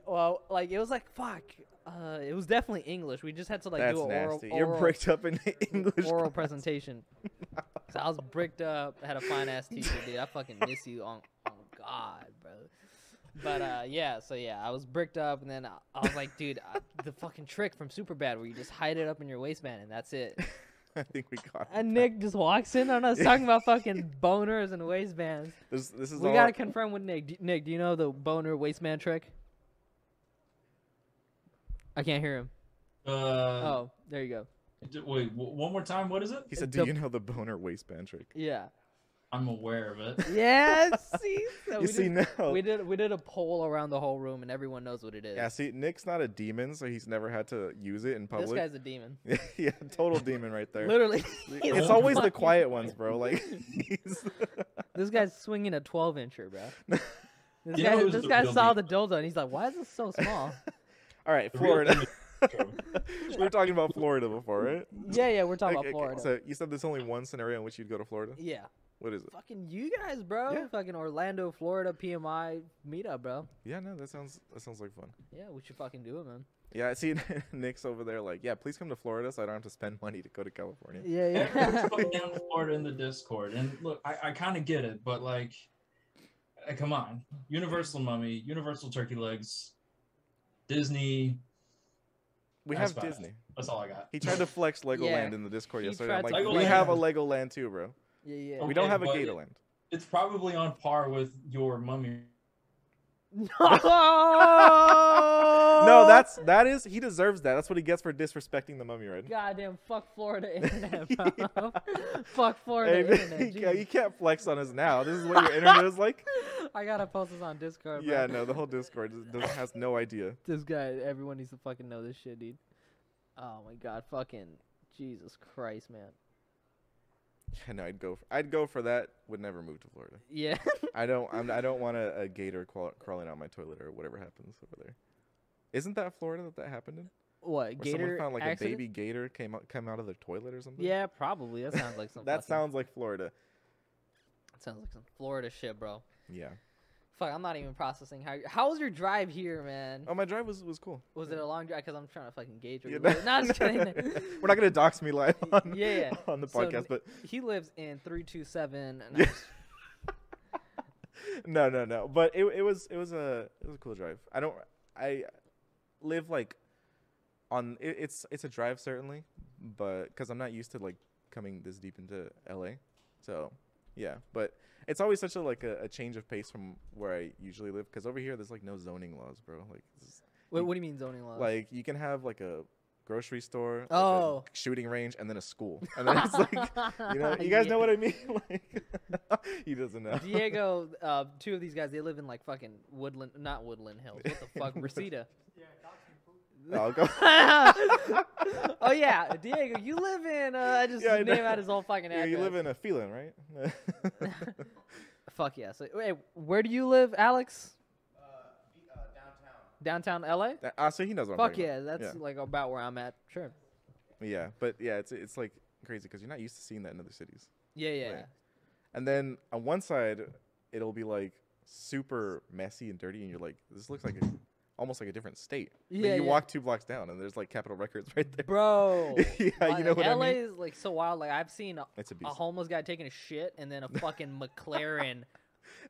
S1: Well, like it was like fuck. Uh, it was definitely English. We just had to like
S2: That's
S1: do an oral,
S2: nasty. You're
S1: oral,
S2: bricked [LAUGHS] up in English.
S1: oral
S2: [LAUGHS]
S1: presentation. so I was bricked up. Had a fine ass teacher, dude. I fucking miss you. On, on God, bro. But uh, yeah, so yeah, I was bricked up, and then I, I was like, dude, I, the fucking trick from Superbad where you just hide it up in your waistband, and that's it.
S2: [LAUGHS] I think we got. it.
S1: And Nick just walks in on us talking about fucking boners and waistbands.
S2: This, this is
S1: We
S2: all.
S1: gotta confirm with Nick. D- Nick, do you know the boner waistband trick? I can't hear him.
S3: Uh,
S1: Oh, there you go.
S3: d- wait, w- one more time. What is it?
S2: he said, "Do
S1: the-
S2: you know the boner waistband trick?"
S1: Yeah.
S3: I'm aware of it.
S1: Yes.
S3: [LAUGHS]
S1: see, so
S2: You
S1: we
S2: see
S1: did,
S2: now.
S1: we did we did a poll around the whole room, and everyone knows what it is.
S2: Yeah, see, Nick's not a demon, so he's never had to use it in
S1: this
S2: public.
S1: guy's a demon.
S2: [LAUGHS] yeah, total demon right there.
S1: Literally, he's
S2: [LAUGHS]
S1: [LAUGHS]
S2: It's always the
S1: fucking-
S2: quiet ones, bro. Like, [LAUGHS] he's-
S1: This guy's swinging a 12 incher,
S2: [LAUGHS]
S1: bro. This
S3: You
S1: guy,
S3: know who's
S1: this
S3: the
S1: guy
S3: real
S1: saw the
S3: demon?
S1: dildo, and he's like, "Why is this so
S2: [LAUGHS]
S1: small?"
S2: all right,
S3: The real
S2: Florida.
S3: thing
S2: [LAUGHS] we were talking about Florida before, right?
S1: yeah, yeah, we're talking
S2: Okay,
S1: about
S2: okay,
S1: Florida.
S2: So you said there's only one scenario in which you'd go to Florida.
S1: yeah,
S2: What is it?
S1: fucking you guys, bro.
S2: Yeah.
S1: Fucking Orlando, Florida PMI meetup, bro.
S2: Yeah, no, that sounds that sounds like fun.
S1: Yeah, we should fucking do it, man.
S2: Yeah, I see [LAUGHS] Nick's over there like, yeah, please come to Florida so I don't have to spend [LAUGHS] money to go to California.
S1: Yeah, [LAUGHS]
S3: Everyone's fucking down with Florida in the Discord, and look, I, I kind of get it, but like, uh, come on, Universal Mummy, Universal Turkey Legs, Disney.
S2: We
S3: That's
S2: have
S3: fine.
S2: Disney.
S3: That's all I got.
S2: He [LAUGHS] tried to flex Legoland
S1: Yeah.
S2: in the Discord
S1: He
S2: yesterday. I'm
S1: tried
S2: like,
S1: to
S2: we
S3: flex
S2: have a
S3: it.
S2: Legoland too, bro.
S1: [LAUGHS] yeah, yeah.
S2: Oh, We don't
S3: Okay,
S2: have a
S3: but-
S2: Gatorland.
S3: It's probably on par with your mummy.
S1: No,
S2: No, that's that is he deserves that. That's what he gets for disrespecting the mummy, right?
S1: goddamn. Fuck Florida
S2: [LAUGHS]
S1: internet, bro. fuck Florida
S2: Hey, [LAUGHS]
S1: internet.
S2: man, you
S1: Jesus.
S2: can't flex on us now. This is what your internet is like.
S1: [LAUGHS] I gotta post this on Discord. Bro.
S2: Yeah, no, the whole Discord is- does, has no idea.
S1: [LAUGHS] This guy, everyone needs to fucking know this shit, dude. Oh my god, fucking Jesus Christ, man.
S2: Yeah, [LAUGHS] no, I'd go. For, I'd go for that. Would never move to Florida.
S1: Yeah. [LAUGHS]
S2: I don't. I'm, I don't want a, a gator crawl, crawling out my toilet or whatever happens over there. Isn't that Florida that that happened in?
S1: what?
S2: Where someone
S1: Gator
S2: found like
S1: accident?
S2: a baby gator came out come out of their toilet or something.
S1: [LAUGHS] Yeah, probably. That sounds
S2: [LAUGHS]
S1: like some.
S2: that
S1: fucking-
S2: sounds like Florida.
S1: sounds like some Florida shit, bro.
S2: Yeah.
S1: Fuck, I'm not even processing. How how was your drive here, man?
S2: Oh, my drive was was cool.
S1: Was it a long drive? Because I'm trying to fucking gauge. where
S2: Yeah,
S1: you live. No, I'm just
S2: no,
S1: kidding.
S2: [LAUGHS] We're not gonna dox me live on
S1: Yeah, yeah.
S2: on the
S1: So, n-
S2: podcast, but
S1: [LAUGHS] He lives in three two seven.
S2: Yeah. no, no, no. But it it was it was a it was a cool drive. I don't I live like on it, it's it's a drive certainly, but because I'm not used to like coming this deep into LA, so yeah. But it's always such a like a, a change of pace from where I usually live. Because over here, there's like no zoning laws, bro. Like this is-
S1: Wait,
S2: You-
S1: what do you mean zoning laws?
S2: like [LAUGHS] you can have like a grocery store, like, a
S1: Oh.
S2: shooting range, and then a school, and then it's
S1: [LAUGHS]
S2: like you know you guys know what I mean. [LAUGHS] like he doesn't know.
S1: Diego, uh, two of these guys, they live in like fucking Woodland, not Woodland Hills. What
S2: [LAUGHS]
S1: the fuck, Reseda?
S2: I'll go.
S1: [LAUGHS]
S2: [LAUGHS]
S1: oh yeah, Diego, you live in. Uh, I just
S2: Yeah, I
S1: name
S2: know.
S1: out his whole fucking
S2: [LAUGHS] Yeah,
S1: address.
S2: you live in a feeling, right?
S1: [LAUGHS] Fuck yeah. So wait, where do you live, Alex?
S5: uh,
S1: Downtown LA.
S2: That- ah, so he knows what I'm
S1: Fuck
S2: talking
S1: yeah,
S2: about.
S1: that's like about where I'm at. Sure.
S2: yeah. yeah, but yeah, it's it's like crazy because you're not used to seeing that in other cities.
S1: Yeah, yeah.
S2: Right. And then on one side, it'll be like super messy and dirty, and you're like, this looks like a, almost like a different state. Then
S1: Yeah,
S2: you
S1: yeah.
S2: walk two blocks down, and there's like Capitol Records [LAUGHS] right there.
S1: Bro.
S2: [LAUGHS] yeah, you know
S1: like,
S2: what
S1: LA
S2: I mean.
S1: is like so wild. Like I've seen a,
S2: It's
S1: a
S2: abuse.
S1: homeless guy taking a shit and
S2: [LAUGHS]
S1: then a fucking McLaren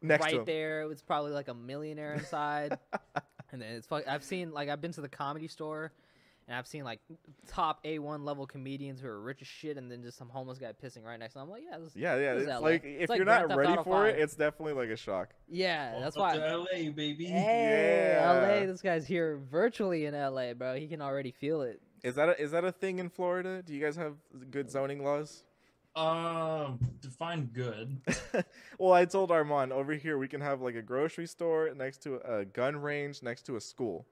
S2: Next to
S1: right
S2: him.
S1: there. It's probably like a millionaire
S2: [LAUGHS]
S1: inside. and then it's fuck. I've seen like I've been to the comedy store, and I've seen like top A one level comedians who are rich as shit, and then just some homeless guy pissing right next. to them. I'm like, yeah, this,
S2: Yeah, yeah.
S1: this is
S2: It's
S1: LA.
S2: like if
S1: like
S2: you're
S1: Grand
S2: not
S1: Theft
S2: ready
S1: Auto
S2: for it,
S1: 5.
S2: it's definitely like a shock.
S1: yeah, that's
S3: Welcome
S1: why.
S3: to LA, baby.
S1: Hey, LA,
S2: Yeah.
S1: this guy's here virtually in LA, bro. He can already feel it.
S2: Is that a, is that a thing in Florida? Do you guys have good zoning laws?
S3: Um, define good.
S2: [LAUGHS] well, I told Armand over here we can have like a grocery store next to a gun range next to a school,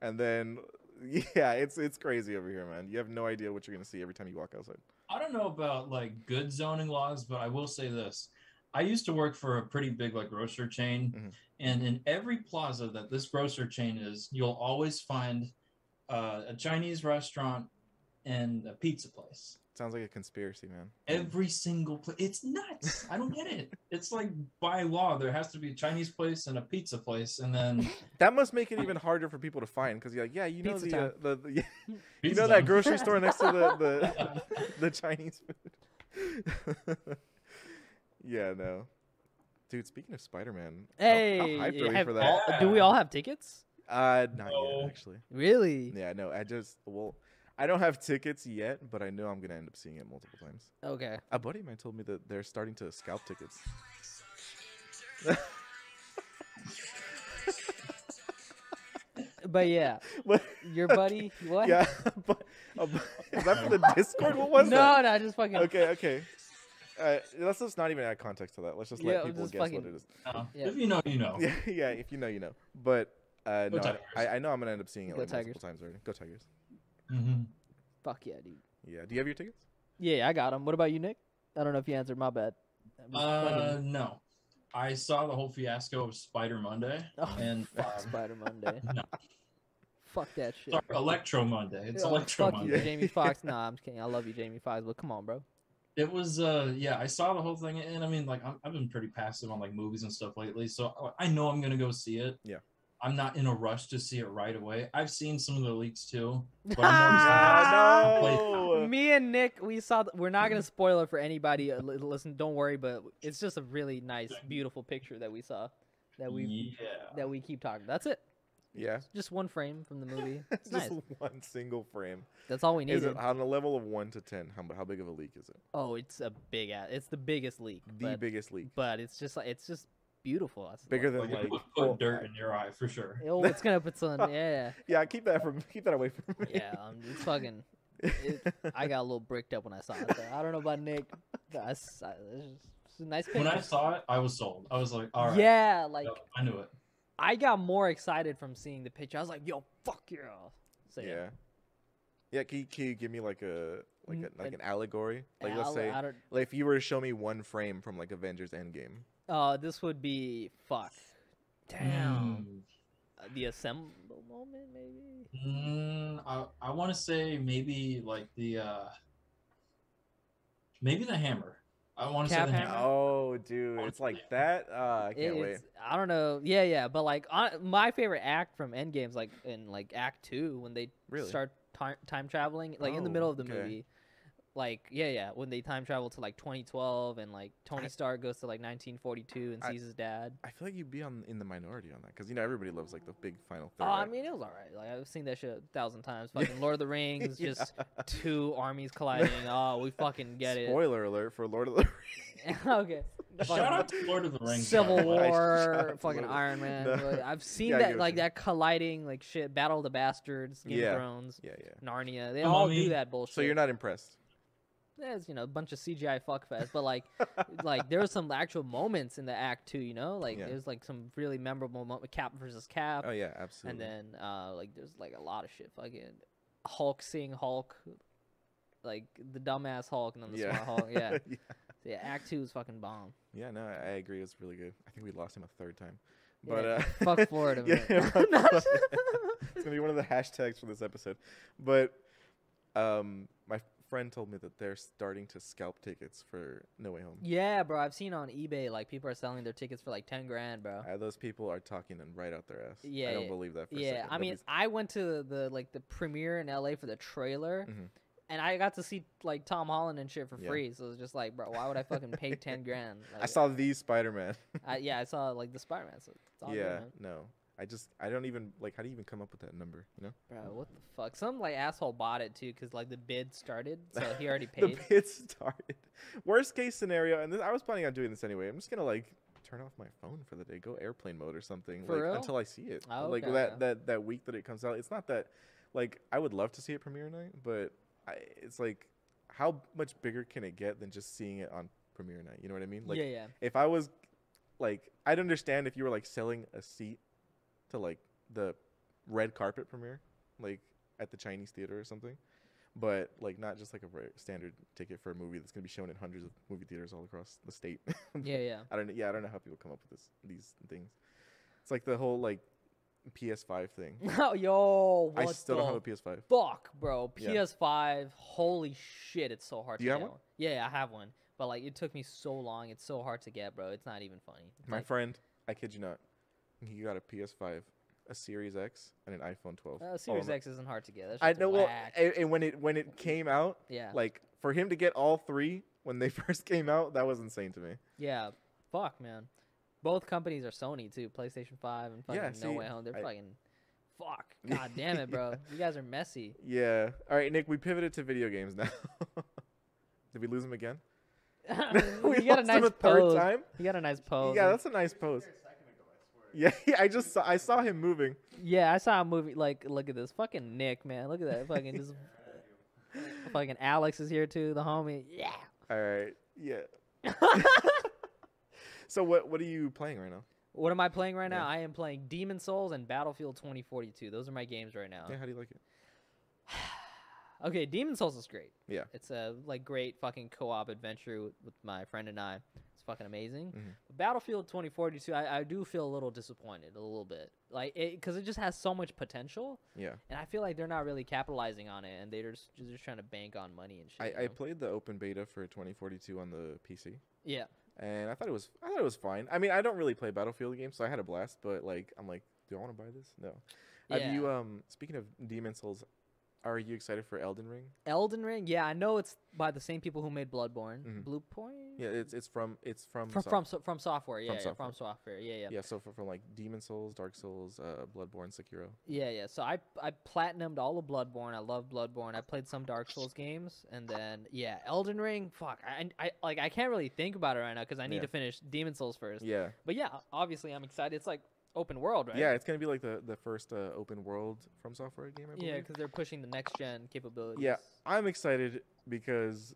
S2: and then [LAUGHS] yeah, it's it's crazy over here, man. You have no idea what you're gonna see every time you walk outside.
S3: I don't know about like good zoning laws, but I will say this. I used to work for a pretty big like grocer chain,
S2: Mhm.
S3: and in every plaza that this grocer chain is, you'll always find uh, a Chinese restaurant and a pizza place.
S2: Sounds like a conspiracy, man.
S3: Every single place, it's nuts. I don't
S2: [LAUGHS]
S3: get it. It's like by law there has to be a Chinese place and a pizza place, and then
S2: That must make it even harder for people to find because you're like, yeah, you know
S1: Pizza
S2: the, uh, the, [LAUGHS] the you
S3: pizza
S2: know that
S3: time.
S2: grocery store next to
S3: [LAUGHS]
S2: the the, [LAUGHS] the Chinese food. [LAUGHS] yeah, no, dude. Speaking of Spider-Man, how-
S1: Hey,
S2: how, hyped are we
S1: have
S2: for
S1: all-
S2: that?
S1: do we
S3: Yeah.
S1: all have tickets?
S2: Uh, not
S3: No.
S2: yet, actually.
S1: Really?
S2: Yeah, no, I just well, I don't have tickets yet, but I know I'm gonna end up seeing it multiple times.
S1: Okay.
S2: A buddy of mine told me that they're starting to scalp
S1: [LAUGHS]
S2: tickets.
S1: But yeah,
S2: But
S1: your buddy, what?
S2: [LAUGHS] yeah, but a bu- is that
S1: [LAUGHS]
S2: from the Discord? What was
S1: no,
S2: that?
S1: no, just fucking.
S2: Okay, okay. Uh, let's just not even add context to that. Let's just
S1: Yeah,
S2: let people
S1: just
S2: guess
S1: fucking-
S2: what it is.
S3: No,
S1: Yeah.
S3: If you know, you know.
S2: Yeah, [LAUGHS] yeah. If you know, you know. But uh,
S3: Go
S2: no,
S3: Tigers.
S2: I, I know I'm gonna end up seeing it
S1: Go
S2: like, multiple
S1: Tigers.
S2: times already. Go Tigers.
S3: Mhm.
S1: Fuck yeah, dude.
S2: Yeah. Do you have your tickets?
S1: Yeah, I got him. What about you, Nick? I don't know if you answered. My bad. I'm just
S3: Uh,
S1: fucking-
S3: no. I saw the whole fiasco of Spider Monday
S1: [LAUGHS] Oh,
S3: and
S1: fuck
S3: um,
S1: Spider Monday.
S3: no.
S1: Fuck that shit.
S3: sorry, Electro Monday. It's
S1: Oh,
S3: Electro
S1: fuck
S3: Monday.
S1: you, Jamie
S3: [LAUGHS]
S1: Foxx. Nah, I'm just kidding. I love you, Jamie Foxx, but come on, bro.
S3: It was uh yeah, I saw the whole thing and I mean like I'm, I've been pretty passive on like movies and stuff lately, so I I know I'm gonna go see it.
S2: Yeah.
S3: I'm not in a rush to see it right away. I've seen some of the leaks
S1: [LAUGHS]
S3: too. But I'm
S1: Ah,
S2: Ah,
S3: more excited.
S2: no.
S1: Me and Nick, we saw. Th- we're not gonna spoil it for anybody. uh, li- Listen, don't worry, but it's just a really nice, beautiful picture that we saw, that we
S3: yeah.
S1: that we keep talking. That's it.
S2: Yeah.
S1: Just one frame from the
S2: [LAUGHS]
S1: movie. It's
S2: Just
S1: nice.
S2: one single frame.
S1: That's all we
S2: Is
S1: needed.
S2: it on a level of one to ten? How how big of a leak is it?
S1: Oh, it's a big ass. It's the biggest leak.
S2: The
S1: but,
S2: biggest leak.
S1: but it's just like it's just beautiful. That's
S2: Bigger than
S3: Like,
S2: like.
S3: it would put
S2: well,
S3: dirt in your eye for sure.
S1: Oh, it's gonna
S2: [LAUGHS]
S1: put some. Yeah,
S2: Yeah, keep that from keep that away from me. [LAUGHS]
S1: yeah. Um, it's fucking. it- I got a little bricked up when I saw it. though. I don't know about Nick. but I s- I- it's just- it's a nice picture.
S3: When I saw it, I was sold. I was like, all right.
S1: Yeah, like
S3: Yep, I knew it.
S1: I got more excited from seeing the picture. I was like, "Yo, fuck yeah!" So yeah,
S2: yeah. Yeah. Can you, can you give me like a like
S1: N-
S2: a, like
S1: Mm, an uh
S2: an allegory? Like
S1: I-
S2: let's say
S1: I don't-
S2: like if you were to show me one frame from like Avengers Endgame.
S1: uh, this would be fuck. Damn.
S3: Mm.
S1: Uh, The assemble moment, maybe.
S3: Mm, I, I want to say maybe like the uh maybe the hammer. I want to say
S1: Cap
S3: the hammer.
S1: hammer?
S2: Oh, dude,
S1: [LAUGHS]
S2: it's like that. Uh, I
S1: It-
S2: can't wait.
S1: it's- I don't know. Yeah, yeah, but like on, my favorite act from Endgame's like in like Act Two when they
S2: Really?
S1: start time time traveling, like in the
S2: Oh,
S1: middle of the
S2: okay.
S1: movie. like yeah, yeah, when they time travel to like 2012 and like Tony
S2: I-
S1: Stark goes to like 1942 and
S2: I-
S1: sees his dad.
S2: I feel like you'd be on in the minority on that because you know everybody loves like the big final.
S1: Oh,
S2: third,
S1: I
S2: right?
S1: mean, it was alright. Like I've seen that shit a thousand times.
S2: [LAUGHS] Yeah.
S1: Fucking Lord of the Rings,
S2: [LAUGHS] Yeah.
S1: just two armies colliding. Oh, we fucking get it.
S2: Spoiler alert for Lord of the
S1: [LAUGHS]
S2: [LAUGHS]
S1: okay.
S3: Shout out to Lord of the Rings.
S2: [LAUGHS]
S3: by
S1: Civil
S3: the way.
S2: Christ, shout
S1: War,
S2: out
S1: fucking
S2: to-
S1: Iron Man.
S2: No.
S1: like,
S2: [LAUGHS]
S1: I've seen
S2: Yeah, I get
S1: that
S2: what
S1: like
S2: you mean.
S1: that colliding like shit. Battle of the Bastards, Game
S2: Yeah.
S1: of Thrones,
S2: Yeah, yeah.
S1: Narnia. They
S3: The
S1: all
S3: Mummy.
S1: do that bullshit.
S2: So you're not impressed.
S1: There's you know a bunch of CGI fuckfest, but
S2: [LAUGHS]
S1: like like there were some actual moments in the act too. You know, like
S2: Yeah.
S1: there's like some really memorable moment, Cap versus Cap,
S2: Oh yeah, absolutely.
S1: and then uh like there's like a lot of shit. Fucking Hulk seeing Hulk, like the dumbass Hulk, and then the
S2: yeah.
S1: smart Hulk. Yeah,
S2: [LAUGHS] yeah.
S1: yeah. Act two is fucking bomb.
S2: Yeah, no, I I agree. It's really good. I think we lost him a third time.
S1: Yeah,
S2: But uh,
S1: fuck
S2: [LAUGHS]
S1: Florida,
S2: yeah,
S1: [LAUGHS] man.
S2: fuck
S1: Not-
S2: Florida.
S1: [LAUGHS]
S2: it's gonna be one of the hashtags for this episode. But um, my friend told me that they're starting to scalp tickets for No Way Home.
S1: Yeah, bro. I've seen on eBay like people are selling their tickets for like ten grand, bro.
S2: Uh, those people are talking them right out their ass.
S1: Yeah,
S2: I don't
S1: yeah.
S2: believe that. For a
S1: Yeah,
S2: second.
S1: I mean,
S2: Nobody's-
S1: I went to the like the premiere in LA for the trailer,
S2: Mhm.
S1: and I got to see like Tom Holland and shit for
S2: Yeah.
S1: free. So it's just like, bro, why would I fucking pay
S2: [LAUGHS]
S1: ten grand? Like,
S2: I saw the Spider Man.
S1: I, yeah, I saw like the Spider Man. So it's all good,
S2: [LAUGHS] yeah,
S1: man.
S2: no, I just I don't even like. How do you even come up with that number? You know,
S1: bro. What the fuck? Some like asshole bought it too, cause like the bid started, so he already
S2: [LAUGHS] the
S1: paid.
S2: bid started. Worst case scenario, and this, I was planning on doing this anyway. I'm just gonna like turn off my phone for the day, go airplane mode or something,
S1: For
S2: like
S1: real?
S2: until I see it.
S1: Oh,
S2: Like
S1: okay,
S2: that
S1: okay.
S2: that that week that it comes out. It's not that like I would love to see it premiere night, but I, it's like how much bigger can it get than just seeing it on premiere night? You know what I mean? Like
S1: yeah,
S2: [LAUGHS]
S1: yeah.
S2: if I was like, I'd understand if you were like selling a seat to like the red carpet premiere, like at the Chinese theater or something, but like not just like a re- standard ticket for a movie that's gonna be shown in hundreds of movie theaters all across the state. [LAUGHS]
S1: Yeah, yeah.
S2: I don't know. Yeah, I don't know how people come up with this these things. It's like the whole like PS5 thing.
S1: Oh, [LAUGHS] yo,
S2: I
S1: what
S2: still
S1: the
S2: don't have a PS5.
S1: fuck, bro.
S2: Yeah.
S1: PS5, holy shit, it's so hard
S2: Do
S1: to
S2: you have
S1: get
S2: one?
S1: Yeah, I have one. But like it took me so long, it's so hard to get, bro. It's not even funny. It's
S2: My
S1: like,
S2: friend, I kid you not, he got a PS5, a Series X, and an iPhone 12.
S1: uh,
S2: all
S1: Series
S2: on-
S1: X isn't hard to get. That's
S2: I
S1: just
S2: know. Well,
S1: whack.
S2: and, and when it when it came out,
S1: yeah.
S2: like for him to get all three when they [LAUGHS] first came out, that was insane to me.
S1: yeah. Fuck, man. Both companies are Sony too. PlayStation 5 and fucking
S2: Yeah,
S1: No
S2: see,
S1: Way Home. They're
S2: I-
S1: fucking fuck.
S2: [LAUGHS]
S1: God damn it, bro. You guys are messy. [LAUGHS]
S2: Yeah. All right, Nick. We pivoted to video games now. [LAUGHS] Did we lose him again?
S1: you got a
S2: lost him
S1: nice
S2: a third
S1: pose.
S2: time.
S1: You got a nice pose.
S2: Yeah, that's a nice pose. Yeah, [LAUGHS] I just saw, I saw him moving.
S1: Yeah, I saw a movie like look at this fucking Nick, man. Look at that fucking
S2: [LAUGHS]
S1: just fucking Alex is here too, the homie. Yeah.
S2: All right. Yeah. So what what are you playing right now?
S1: what am I playing right now?
S2: Yeah.
S1: I am playing Demon Souls and Battlefield 2042. Those are my games right now.
S2: Yeah. How do you like it?
S1: Okay, Demon Souls is great.
S2: Yeah.
S1: It's a like great fucking co-op adventure with, with my friend and I. It's fucking amazing.
S2: Mhm.
S1: Battlefield 2042, I, I do feel a little disappointed a little bit. Like it cuz it just has so much potential
S2: Yeah.
S1: and I feel like they're not really capitalizing on it and they're just, they're just trying to bank on money and shit. you
S2: I, I
S1: know?
S2: played the open beta for 2042 on the PC.
S1: yeah.
S2: and I thought it was I thought it was fine. I mean, I don't really play Battlefield games, so I had a blast. But like, I'm like, do I want to buy this? No. Have you um? Speaking of Demon Souls, are you excited for Elden Ring?
S1: Elden Ring, yeah, I know it's by the same people who made Bloodborne.
S2: Mhm.
S1: Blue Point?
S2: Yeah, it's it's from it's from
S1: From
S2: Soft-
S1: from so- from software, yeah, yeah,
S2: software.
S1: from software, yeah, yeah,
S2: yeah. So from, from like Demon Souls, Dark Souls, uh, Bloodborne, Sekiro.
S1: yeah, yeah. So I I platinumed all of Bloodborne. I love Bloodborne. I played some Dark Souls games, and then yeah, Elden Ring. Fuck, I I like I can't really think about it right now because I need
S2: Yeah.
S1: to finish Demon Souls first.
S2: Yeah,
S1: But yeah, obviously I'm excited. It's like open world, right?
S2: yeah. It's gonna be like the the first uh, open world from software game. I believe.
S1: yeah, because they're pushing the next gen capabilities.
S2: I'm excited because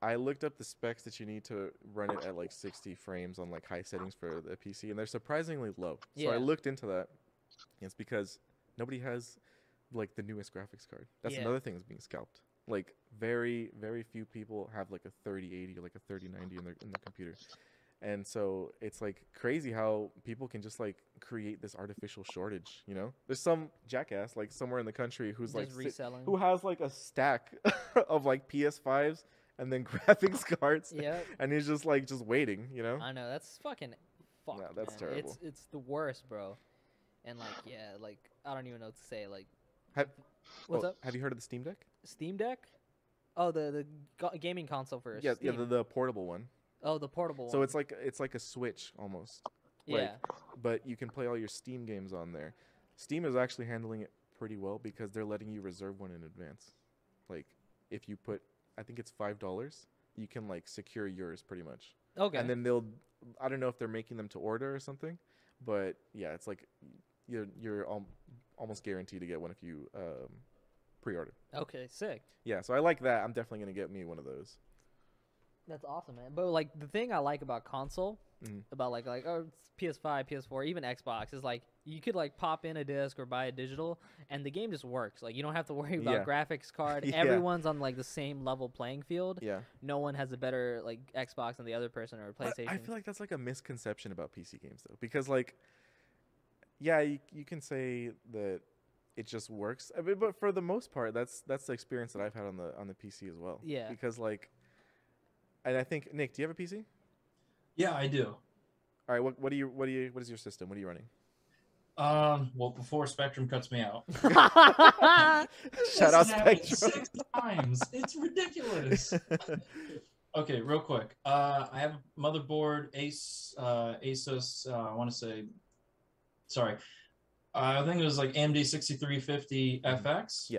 S2: I looked up the specs that you need to run it at like 60 frames on like high settings for the PC, and they're surprisingly low. So
S1: Yeah.
S2: I looked into that. and It's because nobody has like the newest graphics card. That's
S1: Yeah.
S2: another thing that's being scalped. Like very, very few people have like a 3080 or like a 3090 in their in their computer. And so it's like crazy how people can just like create this artificial shortage, you know? There's some jackass like somewhere in the country who's
S1: just
S2: like sit-
S1: reselling.
S2: who has like a stack [LAUGHS] of like PS5s and then [LAUGHS] graphics cards,
S1: yeah,
S2: and he's just like just waiting, you know?
S1: I know that's fucking fuck.
S2: No, that's
S1: man. It's
S2: terrible.
S1: it's the worst, bro. And like yeah, like I don't even know what to say. Like
S2: Have-
S1: what's
S2: Oh,
S1: up?
S2: Have you heard of the Steam Deck?
S1: Steam Deck? Oh, the the go- gaming console first.
S2: Yeah, yeah, the, the portable one.
S1: oh, the portable.
S2: So
S1: one.
S2: it's like it's like a Switch almost,
S1: yeah.
S2: like- but you can play all your Steam games on there. Steam is actually handling it pretty well because they're letting you reserve one in advance. Like if you put, I think it's five dollars, you can like secure yours pretty much.
S1: okay.
S2: And then they'll, I don't know if they're making them to order or something, but yeah, it's like you're you're al- almost guaranteed to get one if you um, pre-order.
S1: okay. Sick.
S2: Yeah, so I like that. I'm definitely gonna get me one of those.
S1: That's awesome, man. But like the thing I like about console,
S2: Mhm.
S1: about like like oh it's PS5, PS4, even Xbox is like you could like pop in a disc or buy a digital, and the game just works. Like you don't have to worry about
S2: Yeah.
S1: graphics card.
S2: [LAUGHS] Yeah.
S1: Everyone's on like the same level playing field.
S2: Yeah.
S1: No one has a better like Xbox than the other person or
S2: But
S1: PlayStation.
S2: I feel like that's like a misconception about PC games though, because like, yeah, you, you can say that it just works, I mean, but for the most part, that's that's the experience that I've had on the on the PC as well.
S1: Yeah.
S2: Because like, and I think Nick, do you have a PC?
S3: Yeah, I do.
S2: All right. What what do you what do you what is your system? What are you running?
S3: Um, well, before Spectrum cuts me out.
S2: [LAUGHS]
S1: [LAUGHS]
S2: Shout out
S3: [LAUGHS] This has happened
S2: Spectrum.
S3: Six times.
S2: [LAUGHS]
S3: It's ridiculous. okay, real quick. Uh, I have a motherboard Ace uh, Asus. Uh, I want to say, sorry, uh, I think it was like AMD 6350
S2: Mhm.
S3: FX.
S2: Yeah.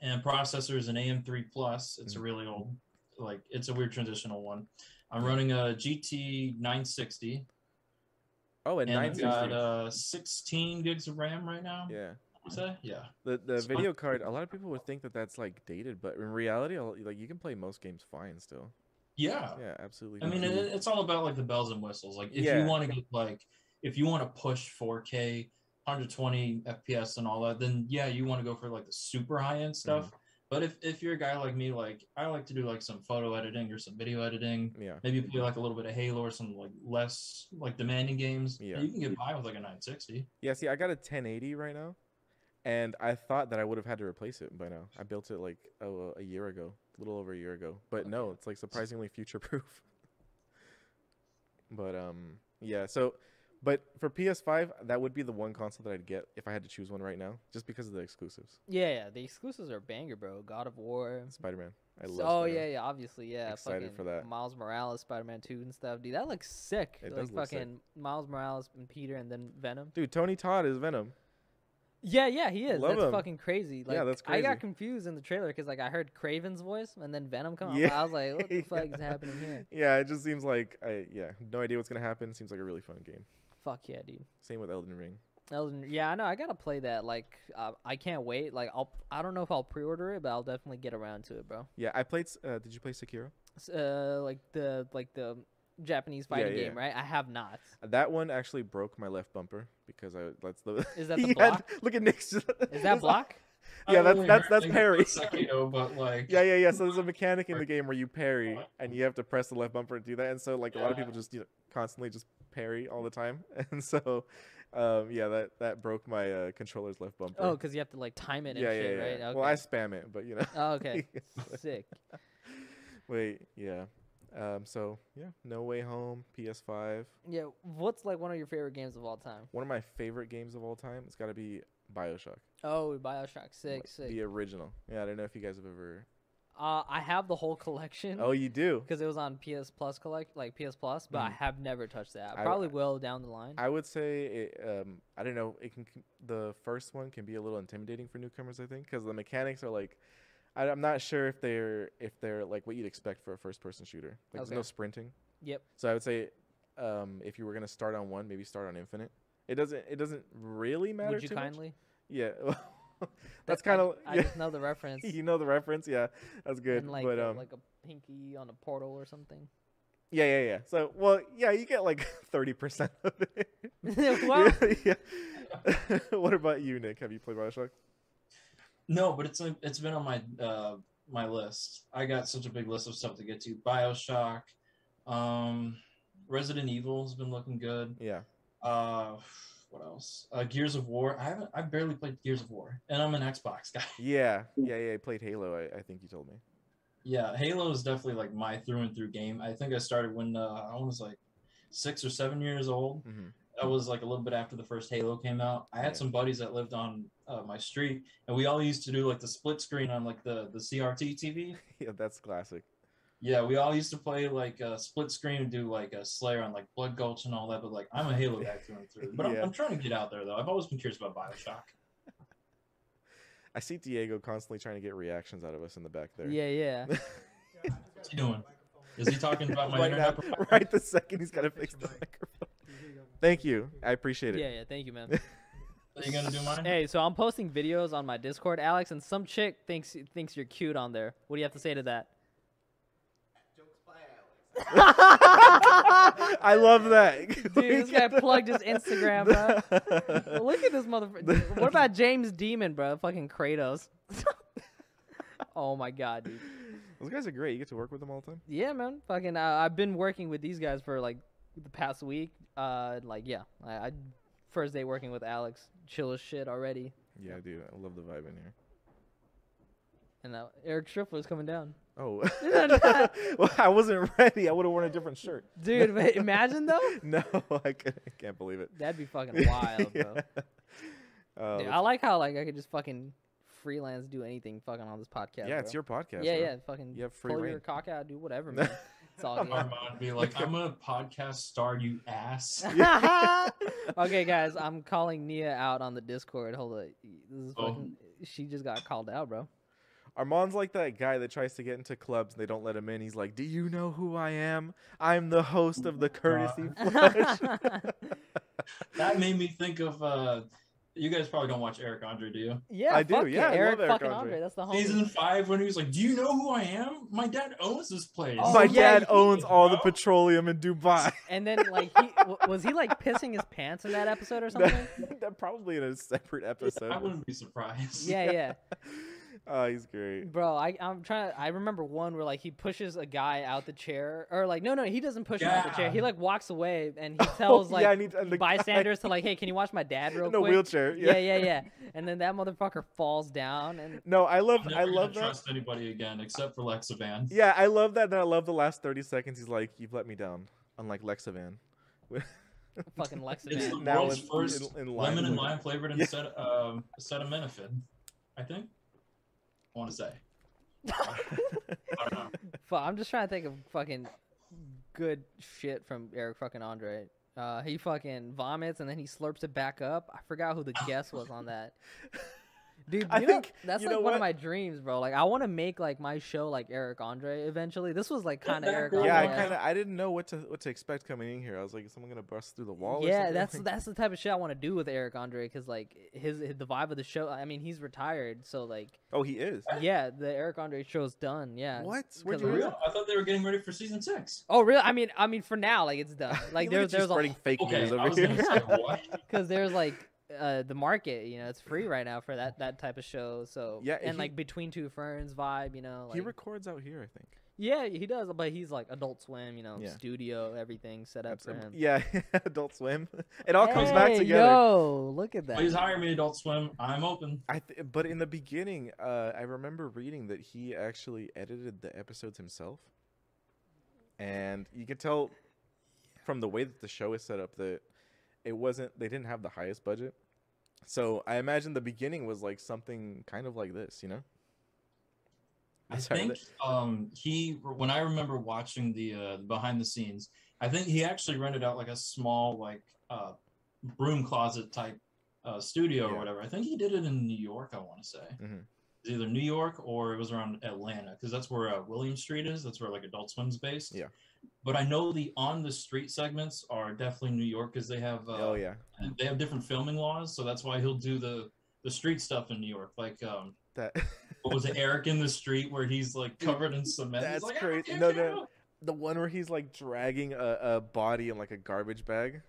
S3: And processor is an AM3 Plus. It's
S2: Mhm.
S3: a really old, like it's a weird transitional one. I'm running a GT 960,
S2: oh, and
S3: and
S2: nine
S3: I've got
S2: sixty.
S3: uh, 16 gigs of RAM right now.
S2: yeah.
S3: Is that? Yeah.
S2: The the
S3: It's fun.
S2: video card. A lot of people would think that that's like dated, but in reality, a lot- like you can play most games fine still.
S3: Yeah.
S2: Yeah, absolutely.
S3: I mean, it,
S2: fine.
S3: it's all about like the bells and whistles. Like, if
S2: Yeah.
S3: you want to get like, if you want to push 4K, 120 FPS, and all that, then yeah, you want to go for like the super high end stuff.
S2: Mm-hmm.
S3: But if if you're a guy like me, like I like to do like some photo editing or some video editing,
S2: yeah.
S3: maybe play like a little bit of Halo or some like less like demanding games.
S2: Yeah.
S3: you can get by with like a 960.
S2: Yeah, see, I got a 1080 right now, and I thought that I would have had to replace it by now. I built it like oh, a year ago, a little over a year ago, but no, it's like surprisingly future proof. [LAUGHS] but um, yeah, so, but for PS5, that would be the one console that I'd get if I had to choose one right now, just because of the exclusives.
S1: yeah, yeah, the exclusives are banger, bro. God of War.
S2: Spider Man, I
S1: So-
S2: love.
S1: oh
S2: Spider-Man.
S1: yeah, yeah, obviously, yeah.
S2: Excited
S1: fucking
S2: for that.
S1: Miles Morales, Spider-Man Two, and stuff, dude. That looks sick.
S2: It
S1: like
S2: does look sick.
S1: fucking Miles Morales and Peter, and then Venom.
S2: Dude, Tony Todd is Venom.
S1: Yeah, yeah, he is.
S2: Love
S1: that's
S2: him.
S1: fucking crazy. Like,
S2: Yeah, that's
S1: I got
S2: crazy.
S1: confused in the trailer because like I heard Craven's voice and then Venom come out.
S2: Yeah.
S1: I was like, what the fuck
S2: [LAUGHS] Yeah.
S1: is happening here?
S2: Yeah, it just seems like I yeah, no idea what's gonna happen. Seems like a really fun game.
S1: Fuck yeah, dude.
S2: Same with Elden Ring.
S1: Elden, yeah, I know. I gotta play that. Like, uh, I can't wait. Like, I'll. I don't know if I'll pre-order it, but I'll definitely get around to it, bro.
S2: Yeah, I played. s- Uh, did you play Sekiro?
S1: S- Uh, like the like the Japanese
S2: Yeah,
S1: fighting
S2: yeah,
S1: game, right? I have not.
S2: That one actually broke my left bumper because I that's the
S1: Is
S2: [LAUGHS]
S1: that the
S2: He
S1: block?
S2: look at Nick's [LAUGHS]
S1: Is that block?
S2: Yeah,
S3: I
S2: that's-
S3: only
S2: that's-
S3: heard
S2: that's
S3: things
S2: Perry.
S3: about Sekiro, but
S2: [LAUGHS]
S3: like,
S2: Yeah, yeah, yeah. So there's a mechanic in the game where you parry and you have to press the left bumper to do that. And so like a lot of
S3: Yeah.
S2: people just you know, constantly just parry all the time. [LAUGHS] And so um, yeah, that that broke my uh, controller's left bumper.
S1: Oh, because you have to like time it and
S2: yeah,
S1: shit,
S2: yeah, yeah.
S1: right? Okay. [LAUGHS]
S2: Well, I spam it, but you know.
S1: Oh, okay. Sick.
S2: [LAUGHS] Wait, yeah. Um, so yeah, No Way Home, PS5.
S1: Yeah. What's like one of your favorite games of all time?
S2: One of my favorite games of all time. It's got to be BioShock.
S1: Oh, Bioshock. Sick,
S2: like,
S1: sick.
S2: The original. Yeah, I don't know if you guys have ever.
S1: Uh, I have the whole [LAUGHS] collection.
S2: Oh, you do.
S1: because it was on PS Plus collect, like PS Plus, but I
S2: Mhm.
S1: have never touched that. I
S2: I-
S1: probably will down the line.
S2: I would say it, um, I don't know. It can c- the first one can be a little intimidating for newcomers, I think, because the mechanics are like, I, I'm not sure if they're if they're like what you'd expect for a first-person shooter. Like, there's no
S1: Okay.
S2: sprinting.
S1: Yep.
S2: So I would say, um, if you were gonna start on one, maybe start on Infinite. It doesn't it doesn't really matter.
S1: Would you
S2: too much.
S1: kindly?
S2: Yeah. [LAUGHS]
S1: That-
S2: that's kind of [LAUGHS]
S1: I, I just know the reference.
S2: you know the reference. Yeah, that's good.
S1: And like
S2: but
S1: a,
S2: um,
S1: like a pinky on a portal or something. [LAUGHS]
S2: [LAUGHS] yeah, yeah, yeah. So well, yeah, you get like [LAUGHS] thirty percent of
S1: [LAUGHS]
S2: it. [LAUGHS]
S1: well,
S2: yeah. [LAUGHS] what about you, Nick? Have you played Bioshock?
S3: No, but it's it's been on my uh my list. I got such a big list of stuff to get to. BioShock, um, Resident Evil's been looking good.
S2: Yeah.
S3: Uh, what else? Uh, Gears of War. I haven't. I barely played Gears of War, and I'm an Xbox [LAUGHS] guy.
S2: Yeah. Yeah. Yeah. I played Halo. I, I think you told me.
S3: yeah, Halo is definitely like my through and through game. I think I started when uh, I was like six or seven years old.
S2: Mhm.
S3: that was like a little bit after the first Halo came out. I
S2: Yeah.
S3: had some buddies that lived on uh, my street, and we all used to do like the split screen on like the the CRT TV.
S2: [LAUGHS] yeah, that's classic.
S3: Yeah, we all used to play like uh, split screen and do like a Slayer on like Blood Gulch and all that. But like, I'm a Halo guy through and through. But I'm,
S2: Yeah.
S3: I'm trying to get out there though. I've always been curious about Bioshock.
S2: I see Diego constantly trying to get reactions out of us in the back there.
S1: Yeah,
S2: [LAUGHS]
S1: yeah.
S3: What's he doing? Is he talking about my
S2: right now, [LAUGHS]
S3: internet?
S2: right the second he's got to fix the microphone. Thank you. I appreciate it.
S1: Yeah, yeah. Thank you, man.
S3: Are you gonna do mine?
S1: hey, so I'm posting videos on my Discord, Alex, and some chick thinks thinks you're cute on there. What do you have to say to
S2: [LAUGHS]
S1: that?
S2: [LAUGHS] I love
S1: [LAUGHS]
S2: that. Dude,
S1: this guy plugged his Instagram,
S2: [LAUGHS] bro.
S1: Look at this
S2: [LAUGHS]
S1: motherfucker. [LAUGHS] what about James Demon, bro? Fucking Kratos. [LAUGHS] oh my god, dude.
S2: Those guys are great. You get to work with them all the time.
S1: Yeah, man. Fucking, uh, I've been working with these guys for like the past week. Uh, like yeah, I, I first day working with Alex, chill as shit already.
S2: Yeah, I do. I love the vibe in here.
S1: And uh, Eric Striffler's coming down.
S2: [LAUGHS] Oh, well, I wasn't ready. I would have worn a
S1: [LAUGHS]
S2: different shirt.
S1: Dude, but imagine though.
S2: No, [LAUGHS] I can't, I can't believe it.
S1: That'd be
S2: [LAUGHS]
S1: fucking wild, bro.
S2: Oh,
S1: Dude,
S2: that's-
S1: I like how like I could just fucking freelance do anything fucking on this podcast.
S2: yeah, it's
S1: bro.
S2: your podcast.
S1: yeah,
S2: bro.
S1: yeah, fucking
S2: You have free
S1: pull your
S2: reign.
S1: cock out, do
S2: [LAUGHS]
S1: whatever, man. It's all good. [LAUGHS]
S3: Armand be like, I'm a podcast star, you ass.
S1: [LAUGHS] okay, guys, I'm calling Nia out on the Discord. Hold on, this is
S3: Oh.
S1: fucking. She just got called out, [LAUGHS] bro.
S2: Armand's like that guy that tries to get into clubs and they don't let him in. He's like, "Do you know who I am? I'm the host of
S1: Oh
S2: the Courtesy
S1: [LAUGHS]
S2: Flush."
S3: That made me think of uh you guys probably don't watch Eric Andre, do you?
S1: yeah,
S2: I do,
S1: fuck
S2: yeah, I love
S1: Eric
S2: Eric
S1: fucking
S2: Andre.
S1: Andre. That's the homie.
S3: Season five when he was like, Do you know who I am? My dad owns this place.
S1: Oh,
S2: My
S1: yeah, Oh.
S2: dad
S1: you
S2: owns all the
S3: bro.
S2: petroleum in Dubai.
S1: And then like he w- was he like pissing his pants in that episode [LAUGHS]
S2: [LAUGHS]
S1: or something?
S2: that probably in a separate
S3: I
S2: episode.
S3: wouldn't be surprised.
S1: yeah, yeah.
S2: [LAUGHS] oh, he's great.
S1: Bro, I, I'm trying to. I remember one where like he pushes a guy out the chair, or like no, no, he doesn't push him out the chair. He
S3: Yeah.
S1: like walks away and he
S2: [LAUGHS]
S1: tells like
S2: Oh, yeah, I need to, and the guy [LAUGHS]
S1: bystanders to like, hey, can you watch my dad real
S2: in a
S1: quick?
S2: wheelchair.
S1: Yeah. yeah, yeah, And then that motherfucker falls down and
S2: No, I love
S3: [LAUGHS] I'm never
S2: I
S3: gonna
S2: love that.
S3: trust anybody again except for Lexavan.
S2: Yeah, I love that. And I love the last 30 seconds. He's like, you've let me down. Unlck Lexavan. [LAUGHS]
S1: [LAUGHS] fucking
S3: It's the
S1: Lexavan.
S2: Now
S3: world's
S2: in-
S3: first
S2: in- in
S3: lemon and
S2: liquid.
S3: lime flavored
S2: Yeah.
S3: instead um acetaminophen, I think. I wanna say. I don't know.
S1: Fu- I'm just trying to think of fucking good shit from Eric fucking Andre. Uh, he fucking vomits and then he slurps it back up. I forgot
S2: [LAUGHS]
S1: who the guest was on that. Dude, you
S2: I
S1: know,
S2: think-
S1: that's
S2: you
S1: like
S2: know
S1: one
S2: what?
S1: of my dreams, bro. Like I want to make like my show like Eric Andre eventually. This was like
S3: Yeah,
S1: kind of Eric
S3: back
S1: Andre.
S3: then.
S2: Yeah, I
S3: yeah.
S2: kind of I didn't know what to what to expect coming in here. I was like, is someone gonna bust through the wall? or
S1: yeah,
S2: something?
S1: that's
S2: [LAUGHS] Like,
S1: that's the type of shit I want to do with Eric Andre because like his, his the vibe of the show. I mean, he's retired, so like
S2: Oh, he is.
S1: yeah, the Eric Andre show's done. Yeah.
S2: What?
S1: Because
S2: Where'd
S3: For
S2: you
S1: I'm-
S2: read
S3: real? I thought they were getting ready for season six.
S1: Oh, really? I mean, I mean, for now, like it's
S2: [LAUGHS]
S1: done. [LAUGHS]
S2: that?
S1: Like
S2: Look
S1: there's
S2: at you
S1: there's
S2: spreading
S1: a [LAUGHS]
S2: fake
S3: Okay,
S2: news
S3: I
S2: over
S3: was gonna say
S2: [LAUGHS] here.
S3: what?
S1: because there's like uh the market. You know, it's free right now for that that type of show. So
S2: Yeah,
S1: and
S2: he-
S1: like between two ferns vibe. You know, like
S2: he records out here, I think.
S1: yeah, he does. But he's like Adult Swim. You know,
S2: Yeah.
S1: studio, everything set up for
S2: Absolutely.
S1: him.
S2: um, Yeah, [LAUGHS] Adult Swim. It all comes back
S1: Hey,
S2: together.
S1: Yo, look at that.
S3: Please hire me, Adult Swim. I'm open.
S2: I th- but in the beginning, uh, I remember reading that he actually edited the episodes himself, and you could tell from the way that the show is set up that it wasn't they didn't have the highest budget. So I imagine the beginning was like something kind of like this, you know?
S3: I
S2: Sorry,
S3: think um, he when I remember watching the uh, behind the scenes, I think he actually rented out like a small like uh, broom closet type uh, studio
S2: Yeah.
S3: or whatever. I think he did it in New York. I want to say
S2: Mhm.
S3: It's either New York or it was around Atlanta because that's where uh, William Street is. That's where like Adult Swim's based.
S2: Yeah.
S3: But I know the on the street segments are definitely New York because they have uh,
S2: oh yeah,
S3: they have different filming laws, so that's why he'll do the the street stuff in New York, like um,
S2: that [LAUGHS]
S3: what was it, Eric in the street, where he's like covered in cement. He's
S2: that's
S3: like, "Ah, "I
S2: crazy.
S3: can't
S2: No,
S3: get
S2: no.
S3: out."
S2: the one where he's like dragging a, a body in like a garbage
S3: [LAUGHS]
S2: bag.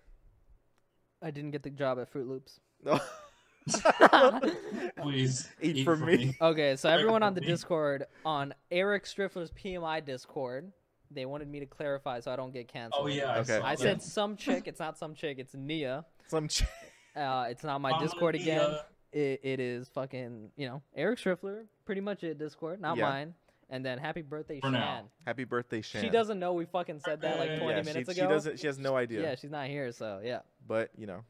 S2: [LAUGHS]
S1: I didn't get the job at Fruit Loops.
S2: No.
S3: Please
S2: Eat for me.
S1: Okay, so
S3: Sorry,
S1: everyone on the
S3: Courtney.
S1: Discord, on Eric Striffler's PMI Discord, they wanted me to clarify so I don't get canceled.
S3: Oh yeah, I,
S2: Okay.
S3: saw
S1: I
S3: that.
S1: said some chick. It's not some chick. It's Nia.
S2: Some ch-
S1: Uh, it's not my
S3: Mama
S1: Discord again.
S3: Mia.
S1: It, it is fucking you know Eric Striffler. Pretty much it Discord, not
S2: Yeah.
S1: mine. And then happy birthday,
S3: For
S1: Shan.
S3: now.
S2: Happy birthday, Shan.
S1: She doesn't know we fucking said that like
S3: Yeah,
S1: 20
S2: yeah, she,
S1: minutes
S2: she
S1: ago.
S2: doesn't. She has no idea.
S1: Yeah, she's not here, so yeah,
S2: But you know,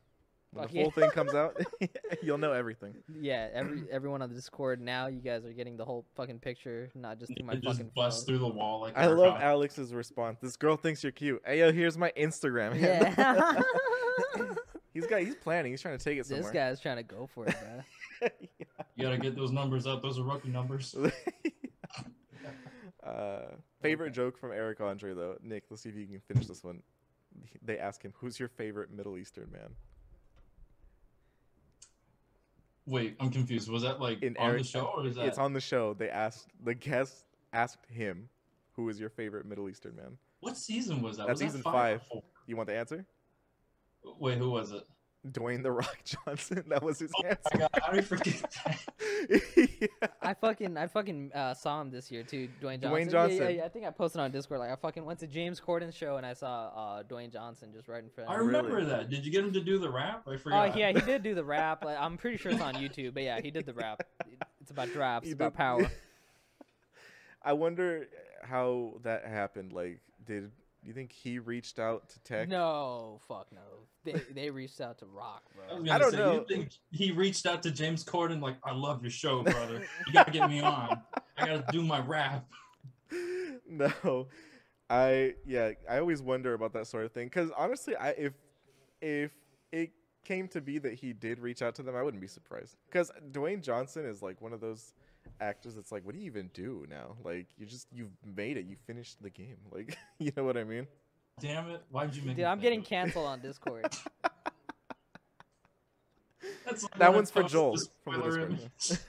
S2: when
S1: Fuck
S2: the
S1: yeah.
S2: full thing
S1: [LAUGHS]
S2: comes out, [LAUGHS] you'll know everything.
S1: yeah. Every everyone on the Discord now, you guys are getting the whole fucking picture, not just through my
S3: It
S1: fucking
S3: just busts
S1: phone.
S3: through the wall like
S2: I
S3: Murkoff.
S2: love Alex's response. This girl thinks you're cute. Hey, yo, here's my Instagram. [LAUGHS] handle."
S1: Yeah. [LAUGHS]
S2: he's got. He's planning. He's trying to take it
S1: this
S2: somewhere.
S1: guy's trying to go for it, man.
S3: You gotta get those numbers up. Those are
S2: [LAUGHS]
S3: rookie numbers.
S2: uh, favorite joke from Eric Andre though. Nick, let's see if you can finish this one. They ask him, "Who's your favorite Middle Eastern man?"
S3: Wait, I'm confused. Was that like
S2: In
S3: on
S2: Eric,
S3: the show or is that?
S2: it's on the show. They asked the guest asked him, "Who is your favorite Middle Eastern man?"
S3: What season was that?
S2: That's
S3: was
S2: season
S3: that five. or
S2: five.
S3: four?
S2: You want the answer?
S3: Wait, who was it?
S2: Dwayne the Rock [LAUGHS] Johnson. That was
S1: Oh.
S2: his
S3: I got. How do you forget that?
S2: [LAUGHS] answer. Yeah.
S1: I fucking I fucking uh, saw him this year too, Dwayne Johnson.
S2: Dwayne
S1: Yeah, yeah,
S2: Johnson.
S1: yeah, I think I posted on Discord. Like I fucking went to James Corden's show and I saw uh, Dwayne Johnson just right in front.
S3: I
S1: of me.
S3: remember
S2: Really?
S3: that. Did you get him to do the rap? I
S1: Oh
S3: forgot.
S1: yeah, he did
S2: [LAUGHS]
S1: do the rap. Like, I'm pretty sure it's on YouTube, but yeah, he did the rap. It's about drops,
S2: He
S1: it's about
S2: did-
S1: power.
S2: [LAUGHS] I wonder how that happened. Like, did you think he reached out to Tech?
S1: No, fuck no. They they reached out to Rock,
S3: I,
S1: bro.
S3: was gonna
S2: I don't
S3: say,
S2: know.
S3: You think he reached out to James Corden like, "I love your show, brother. You gotta get me on. I gotta do my rap."
S2: [LAUGHS] no. I yeah, I always wonder about that sort of thing cuz honestly, I if if it came to be that he did reach out to them, I wouldn't be surprised. Cuz Dwayne Johnson is like one of those actors that's like what do you even do now? Like you just you've made it, you finished the game. Like, [LAUGHS] you know what I mean?
S3: Damn it! Why'd you make?
S1: Dude,
S3: me
S1: I'm
S3: think
S1: getting
S3: of it?
S1: canceled on Discord.
S3: That's like
S2: That
S3: when I
S2: one's for
S3: posted
S2: Joel
S3: the
S2: from the
S3: spoiler in-
S2: [LAUGHS] Discord,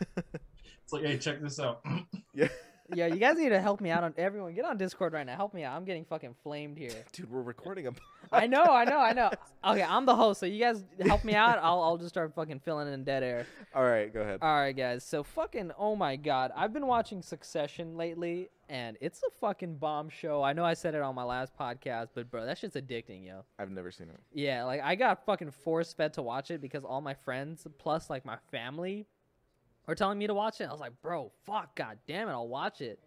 S3: [LAUGHS] it's like, hey, check this out.
S2: Yeah.
S1: yeah, you guys need to help me out on everyone. Get on Discord right now. Help me out. I'm getting fucking flamed here.
S2: Dude, we're recording a [LAUGHS]
S1: I know, I know, I know. Okay, I'm the host, so you guys help me out. I'll I'll just start fucking filling in dead air.
S2: All right, go ahead.
S1: All right, guys. So fucking oh my god, I've been watching Succession lately, and it's a fucking bomb show. I know I said it on my last podcast, but bro, that shit's addicting, yo.
S2: I've never seen it.
S1: Yeah, like I got fucking force fed to watch it because all my friends plus like my family were telling me to watch it. I was like, bro, fuck, god damn it, I'll watch it.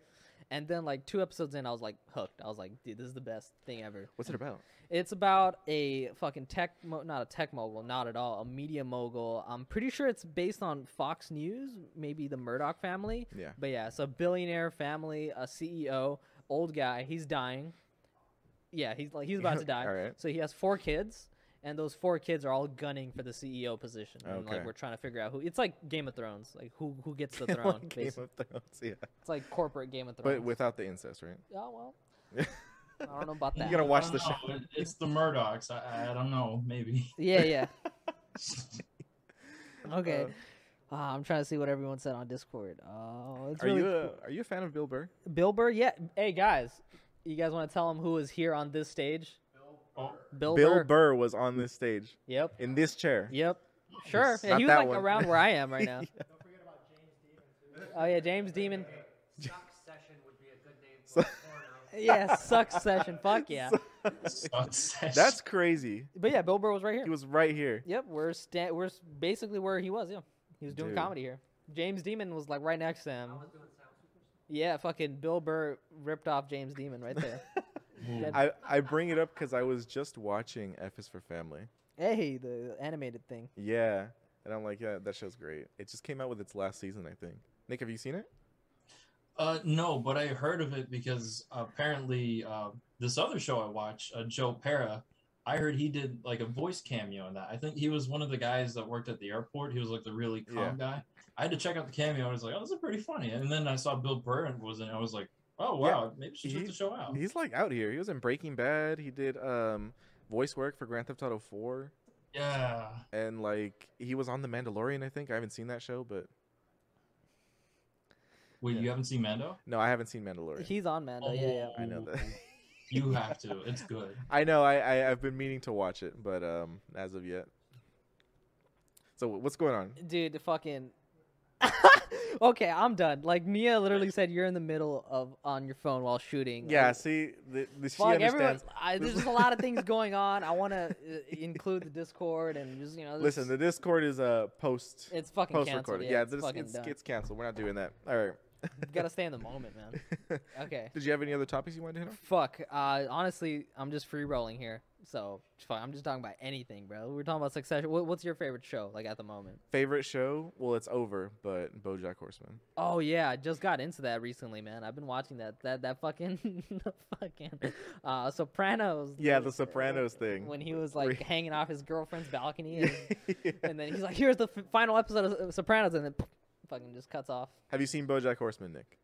S1: And then like two episodes in, I was like hooked. I was like, dude, this is the best thing ever.
S2: What's
S1: [LAUGHS]
S2: it about?
S1: It's about a fucking tech, mo- not a tech mogul, not at all, a media mogul. I'm pretty sure it's based on Fox News, maybe the Murdoch family.
S2: Yeah.
S1: But yeah, it's a billionaire family, a CEO, old guy. He's dying. Yeah, he's like he's about
S2: [LAUGHS]
S1: to die.
S2: All right.
S1: So he has four kids, and those four kids are all gunning for the CEO position. And
S2: Okay.
S1: like we're trying to figure out who. It's like Game of Thrones, like who who gets the
S2: [LAUGHS]
S1: [LAUGHS]
S2: Like
S1: throne.
S2: Game
S1: basi-
S2: of Thrones, yeah.
S1: It's like corporate Game of Thrones.
S2: But without the incest, right?
S1: oh
S2: [LAUGHS]
S1: well, I don't know about
S2: You
S1: that.
S2: gotta
S3: I
S2: watch
S3: don't
S2: the show.
S3: know. It- It's the Murdochs. I, I don't know. Maybe. [LAUGHS]
S1: Yeah,
S2: [LAUGHS]
S1: yeah. [LAUGHS] Okay.
S2: Uh,
S1: Uh, I'm trying to see what everyone said on Discord. Oh, it's
S2: are
S1: really
S2: you a, are you a fan of Bill Burr?
S1: Bill Burr. Yeah. Hey guys, you guys want to tell him who is here on this stage?
S2: [LAUGHS]
S3: Oh,
S1: Bill,
S2: Bill
S1: Burr.
S2: Burr. was on this stage
S1: Yep.
S2: in this chair.
S1: Yep. Sure. Yeah,
S2: Not
S1: he was
S2: that
S1: like
S2: one.
S1: around where I am right
S2: [LAUGHS]
S1: now. Oh yeah, James Demon.
S5: Succession would be a good name for a porno.
S1: [LAUGHS] Yeah, Succession. Fuck
S2: [LAUGHS]
S1: yeah. [LAUGHS]
S3: Succession.
S2: That's crazy.
S1: But yeah, Bill Burr was right here.
S2: He was right here.
S1: Yep, we're sta- we're s- basically where he was. Yeah, he was doing
S2: Dude.
S1: comedy here. James Demon was like right next to him.
S5: I was doing sound superstition.
S1: Yeah, fucking Bill Burr ripped off James Demon right there.
S3: Ooh.
S2: I, I bring it up because I was just watching F is for Family.
S1: hey, the animated thing.
S2: Yeah, and I'm like, yeah, that show's great. It just came out with its last season, I think. Nick, have you seen it?
S3: Uh, no, but I heard of it because apparently uh, this other show I watch, uh, Joe Para, I heard he did like a voice cameo in that. I think he was one of the guys that worked at the airport. He was like the really calm
S2: Yeah.
S3: guy. I had to check out the cameo. I was like, oh, this is pretty funny. And then I saw Bill Burr and was in. it. I was like, oh
S2: Yeah,
S3: wow, maybe she check
S2: he-
S3: the show
S1: Um,
S3: out.
S2: He's like out here. He was in Breaking Bad. He did um voice work for Grand Theft Auto 4,
S3: Yeah,
S2: and like he was on The Mandalorian. I think I haven't seen that show, but
S3: wait,
S2: Yeah.
S3: you haven't seen Mando?
S2: no, I haven't seen Mandalorian.
S1: He's on Mando. Yeah, yeah.
S3: Oh.
S2: I know that.
S3: you have to. It's good.
S2: I know. I, I I've been meaning to watch it, but um, as of yet. So wh- what's going on?
S1: dude fucking [LAUGHS] okay i'm done like nia literally said you're in the middle of on your phone while shooting
S2: Yeah.
S1: Like,
S2: See, the, the, she
S1: fuck everyone
S2: understands.
S1: I, there's just a lot of things going on i want to
S2: [LAUGHS]
S1: uh, include the discord and just you know this-
S2: Listen, the Discord is a uh, post
S1: it's fucking
S2: post
S1: canceled
S2: recorded.
S1: yeah,
S2: Yeah,
S1: it's
S2: this
S1: fucking
S2: it's,
S1: done.
S2: it's canceled. We're not doing that. All right.
S1: You [LAUGHS] gotta stay in the moment, man. Okay.
S2: [LAUGHS] Did you have any other topics you wanted to hit on?
S1: Fuck. Uh, honestly, I'm just free rolling here. So fuck, I'm just talking about anything, bro. We're talking about Succession. What, what's your favorite show, like at the moment?
S2: Favorite show? Well, it's over, but BoJack Horseman.
S1: Oh yeah, I just got into that recently, man. I've been watching that. That that fucking [LAUGHS] the fucking uh, Sopranos.
S2: [LAUGHS] Yeah,
S1: dude.
S2: the Sopranos thing.
S1: When he was like
S2: Re-
S1: hanging off his girlfriend's balcony,
S2: [LAUGHS]
S1: and,
S2: Yeah.
S1: and then he's like, "Here's the f- final episode of Sopranos," and then fucking just cuts off.
S2: Have you seen BoJack Horseman, Nick?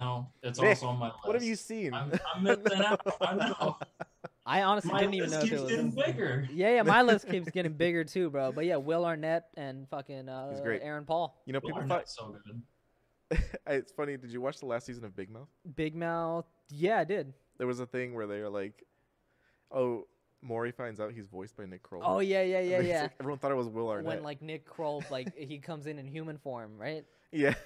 S3: No, it's
S2: Nick,
S3: also on my list.
S2: What have you seen?
S3: I'm, I'm missing out.
S2: [LAUGHS]
S3: I know.
S1: I honestly
S3: My
S1: didn't even
S3: list
S1: know if it
S3: keeps
S1: was. [LAUGHS]
S3: getting bigger.
S1: Yeah, yeah,
S2: [LAUGHS]
S1: my list keeps getting bigger too, bro. But yeah, Will Arnett and fucking uh,
S2: great.
S1: Aaron Paul.
S2: [LAUGHS] you know,
S3: People
S2: people
S3: are
S2: thought [LAUGHS]
S3: not so [LAUGHS] good.
S2: it's funny. Did you watch the last season of Big Mouth?
S1: Big Mouth. Yeah, I did.
S2: There was a thing where they were like, "Oh, Maury finds out he's voiced by Nick Kroll."
S1: Oh
S2: [LAUGHS]
S1: yeah, yeah,
S2: And
S1: yeah,
S2: it's
S1: yeah.
S2: like- everyone thought it was Will Arnett.
S1: When like Nick Kroll, like he comes in in human form, right?
S2: yeah. [LAUGHS]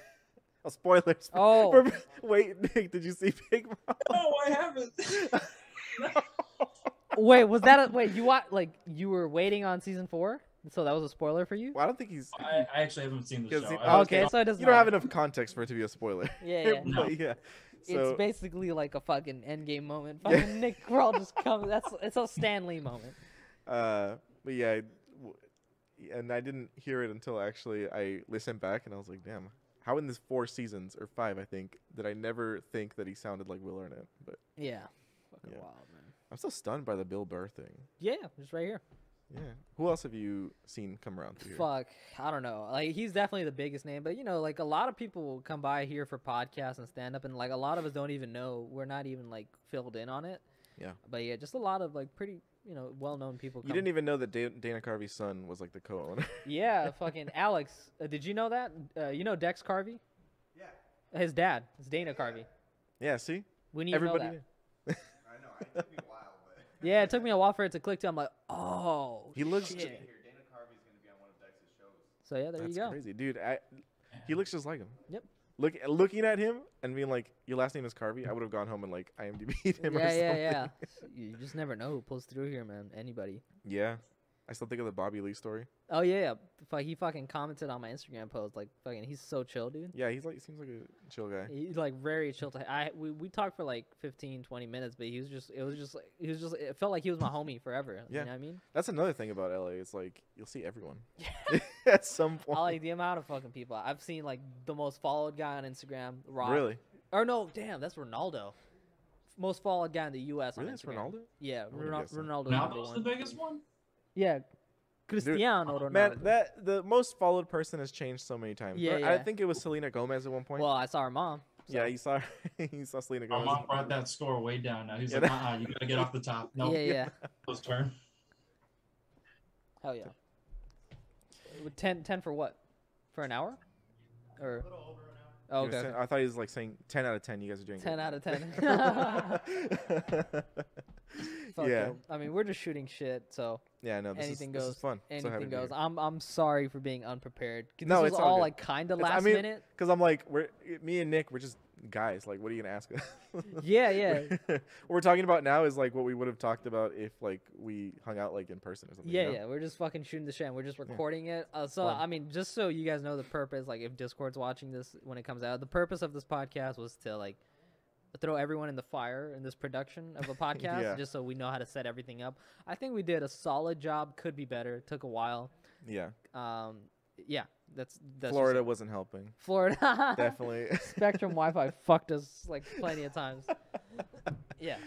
S2: Oh, spoilers. for-
S1: [LAUGHS] Oh.
S2: for- wait, Nick, did you see [LAUGHS] Big Mouth?
S3: No, Oh, I haven't.
S1: Wait, was that a, wait? You wa like you were waiting on season four, so that was a spoiler for you.
S2: Well, I don't think he's.
S3: [LAUGHS] I, I actually haven't seen the
S2: Because
S3: show.
S2: he-
S3: I was
S1: okay,
S3: thinking-
S1: so it doesn't.
S2: you don't have
S1: matter.
S2: enough context for it to be a spoiler.
S1: Yeah, yeah.
S2: [LAUGHS]
S3: No.
S2: But yeah. So,
S1: It's basically like a fucking endgame moment.
S2: Yeah.
S1: Fucking Nick Kroll just comes. That's it's a Stan Lee moment.
S2: uh, but yeah, I w- and I didn't hear it until actually I listened back and I was like, damn, how in this four seasons or five, I think, did I never think that he sounded like Will Arnett? But
S1: Yeah, fucking
S2: Yeah.
S1: wild, man.
S2: I'm still stunned by the Bill Burr thing.
S1: Yeah, just right here.
S2: Yeah. Who else have you seen come around through here?
S1: Fuck, I don't know. Like he's definitely the biggest name, but you know, like a lot of people will come by here for podcasts and stand up, and like a lot of us don't even know. We're not even like filled in on it.
S2: Yeah.
S1: But yeah, just a lot of like pretty, you know, well-known people.
S2: You didn't even know that Dan- Dana Carvey's son was like the co-owner. [LAUGHS]
S1: Yeah, fucking Alex. Uh, did you know that? Uh, you know Dex Carvey?
S5: Yeah,
S1: His dad. It's Dana Carvey.
S2: yeah. See,
S1: We need to know
S2: everybody.
S1: that.
S2: knew.
S5: I know. It took me a while, but
S1: [LAUGHS] Yeah,
S4: [LAUGHS]
S1: it took me a while for it to click too. I'm like, oh.
S2: He looks. ju-
S1: shit.
S5: here, Dana Carvey's gonna be on one of Dex's shows.
S1: So yeah, there
S2: That's
S1: you go.
S2: crazy, dude. I, he looks just like him.
S1: Yep.
S2: Look, looking at him and being like, "Your last name is Carvey," I would have gone home and like IMDb'd him. [LAUGHS] or
S1: Yeah, yeah,
S2: something.
S1: yeah. You just never know who pulls through here, man. Anybody.
S2: Yeah. I still think of the Bobby Lee story.
S1: Oh yeah, yeah. Fuck, he fucking commented on my Instagram post. Like, fucking, he's so chill, dude.
S2: Yeah, he's like seems like a chill guy.
S1: He's like very chill. To, I we, we talked for like 15, 20 minutes, but he was just it was just like he was just it felt like he was my homie forever.
S2: Yeah.
S1: You know what I mean?
S2: That's another thing about LA. It's like you'll
S1: [LAUGHS]
S2: see everyone [LAUGHS] at some [LAUGHS] point.
S1: I like the amount of fucking people I've seen. Like the most followed guy on Instagram, Rock.
S2: really?
S1: Or no, damn, that's Ronaldo. Most followed guy in the U.S.
S2: Really?
S1: on
S2: It's
S1: Instagram.
S2: Ronaldo?
S1: Yeah,
S2: would've
S1: Ronal-
S2: guessed that.
S1: Ronaldo's number
S3: Ronaldo's the
S1: one.
S3: biggest one.
S1: yeah, Cristiano Ronaldo.
S2: Man, that the most followed person has changed so many times.
S1: Yeah,
S2: I- I
S1: yeah.
S2: think it was Selena Gomez at one point.
S1: well, I saw her mom.
S2: yeah, you saw [LAUGHS] you saw Selena
S3: My
S2: Gomez.
S3: mom brought that score way down. Now he's
S2: Yeah,
S3: like,
S2: that-
S3: uh-uh, you gotta get off the top. No,
S1: yeah,
S3: nope,
S1: yeah,
S2: [LAUGHS]
S3: close turn.
S1: Hell yeah. With 10, 10 for what? For an hour? Or?
S2: He
S1: Oh,
S2: was
S1: okay.
S2: saying- I thought he was like saying ten out of ten. You guys are doing
S1: okay. 10
S2: good.
S1: out of [LAUGHS] 10. Fuck
S2: yeah,
S1: you. I mean, we're just shooooting shit, so
S2: [LAUGHS] yeah. No, this
S1: Anything
S2: is, This
S1: goes.
S2: is fun.
S1: anything goes. I'm I'm sorry for being unprepared. 'cause This
S2: No,
S1: was
S2: it's all
S1: all
S2: good.
S1: like kind of
S2: It's- I
S1: last
S2: mean-
S1: minute.
S2: Because I'm like, we're me and Nick. We're just guys. Like, what are you gonna ask us?
S1: [LAUGHS] Yeah, yeah.
S2: [LAUGHS] what we're talking about now is like what we would have talked about if like we hung out like in person or something. you
S1: Yeah,
S2: know?
S1: yeah, we're just fucking shooting the shit. And we're just
S2: Yeah.
S1: recording it. Uh, so
S2: Fun.
S1: I mean, just so you guys know the purpose, like if Discord's watching this when it comes out, the purpose of this podcast was to like throw everyone in the fire in this production of
S2: [LAUGHS]
S1: a podcast,
S2: Yeah.
S1: just so we know how to set everything up. I think we did a solid job. Could be better. Took a while.
S2: yeah.
S1: Um, yeah, that's that's just
S2: Florida
S1: it.
S2: wasn't [LAUGHS] helping.
S1: Florida, [LAUGHS]
S2: [LAUGHS] Definitely.
S1: Spectrum
S2: [LAUGHS]
S1: Wi-Fi fucked us like plenty of times.
S2: [LAUGHS]
S1: Yeah,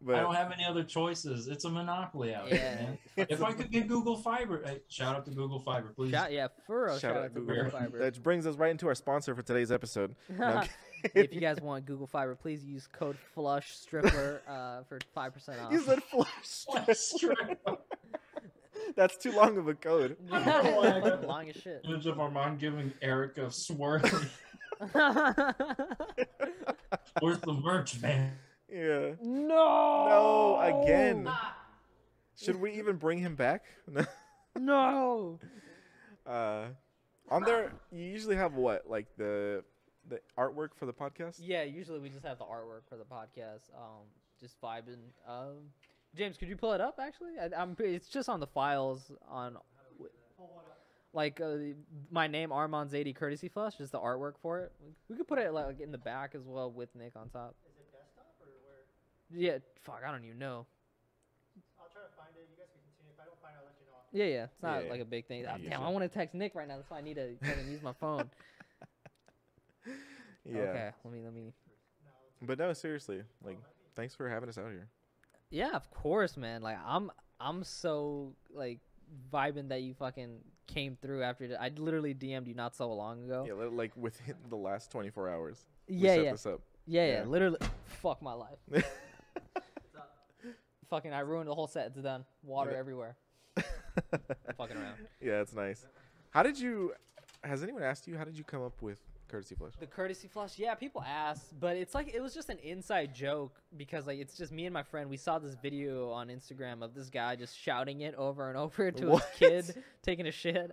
S2: but
S3: I don't have any other choices. It's a monopoly out
S1: Yeah.
S3: here, man. if I could get Google Fiber, hey, shout out to Google Fiber, please. [LAUGHS]
S1: shout, yeah, for real,
S2: shout, out, to Google.
S1: Fiber. [LAUGHS]
S2: That brings us right into our sponsor for today's episode. No, I'm
S1: if
S2: kidding. [LAUGHS]
S1: you guys [LAUGHS] want Google Fiber, please use code Flush Stripper uh, for five percent off. [LAUGHS]
S2: you said flush. [LAUGHS] That's too long of a [LAUGHS] code.
S1: Fucking long as shit.
S3: Image of Armand giving Eric a swirly. Where's the merch, man?
S2: Yeah.
S1: no.
S2: No, again. Should we even bring him back? [LAUGHS] No.
S1: No.
S2: Uh, on there, you usually have what, like the the artwork for the podcast?
S1: Yeah, usually we just have the artwork for the podcast. Um, just vibing. Um, James, could you pull it up? Actually, I, I'm. pre- It's just on the files on. like uh, my name Armand Zadie courtesy flush, just the artwork for it. We could put it like in the back as well with Nick on top.
S5: Is it desktop or where?
S1: Yeah, fuck, I don't even know.
S5: I'll try to find it. You guys can continue. If I don't find it, I'll let you know.
S1: Yeah, yeah, it's not
S2: Yeah.
S1: like a big thing.
S2: Yeah,
S1: Ah,
S2: you
S1: damn, I
S2: should.
S1: want to text Nick right now. That's why I need to fucking use my phone.
S2: [LAUGHS] Yeah.
S1: Okay, let me let me.
S5: No.
S2: But no, seriously, like, thanks for having us out here.
S1: Yeah, of course, man. Like I'm I'm so like vibing that you fucking came through after the, I literally DM'd you not so long ago.
S2: Yeah, li- like within the last 24 hours. we
S1: Yeah,
S2: set
S1: yeah.
S2: this up.
S1: Yeah, yeah,
S2: Yeah.
S1: literally. Fuck my life. Fucking, I ruined the whole set. It's done. Water
S2: Yeah.
S1: everywhere. [LAUGHS] Fucking around.
S2: Yeah, it's nice. How did you? Has anyone asked you how did you come up with courtesy flush?
S1: The courtesy flush, yeah, people asked, but it's like it was just an inside joke because like it's just me and my friend. We saw this video on Instagram of this guy just shouting it over and over [LAUGHS] to
S2: What?
S1: his kid taking a
S2: [LAUGHS]
S1: shit.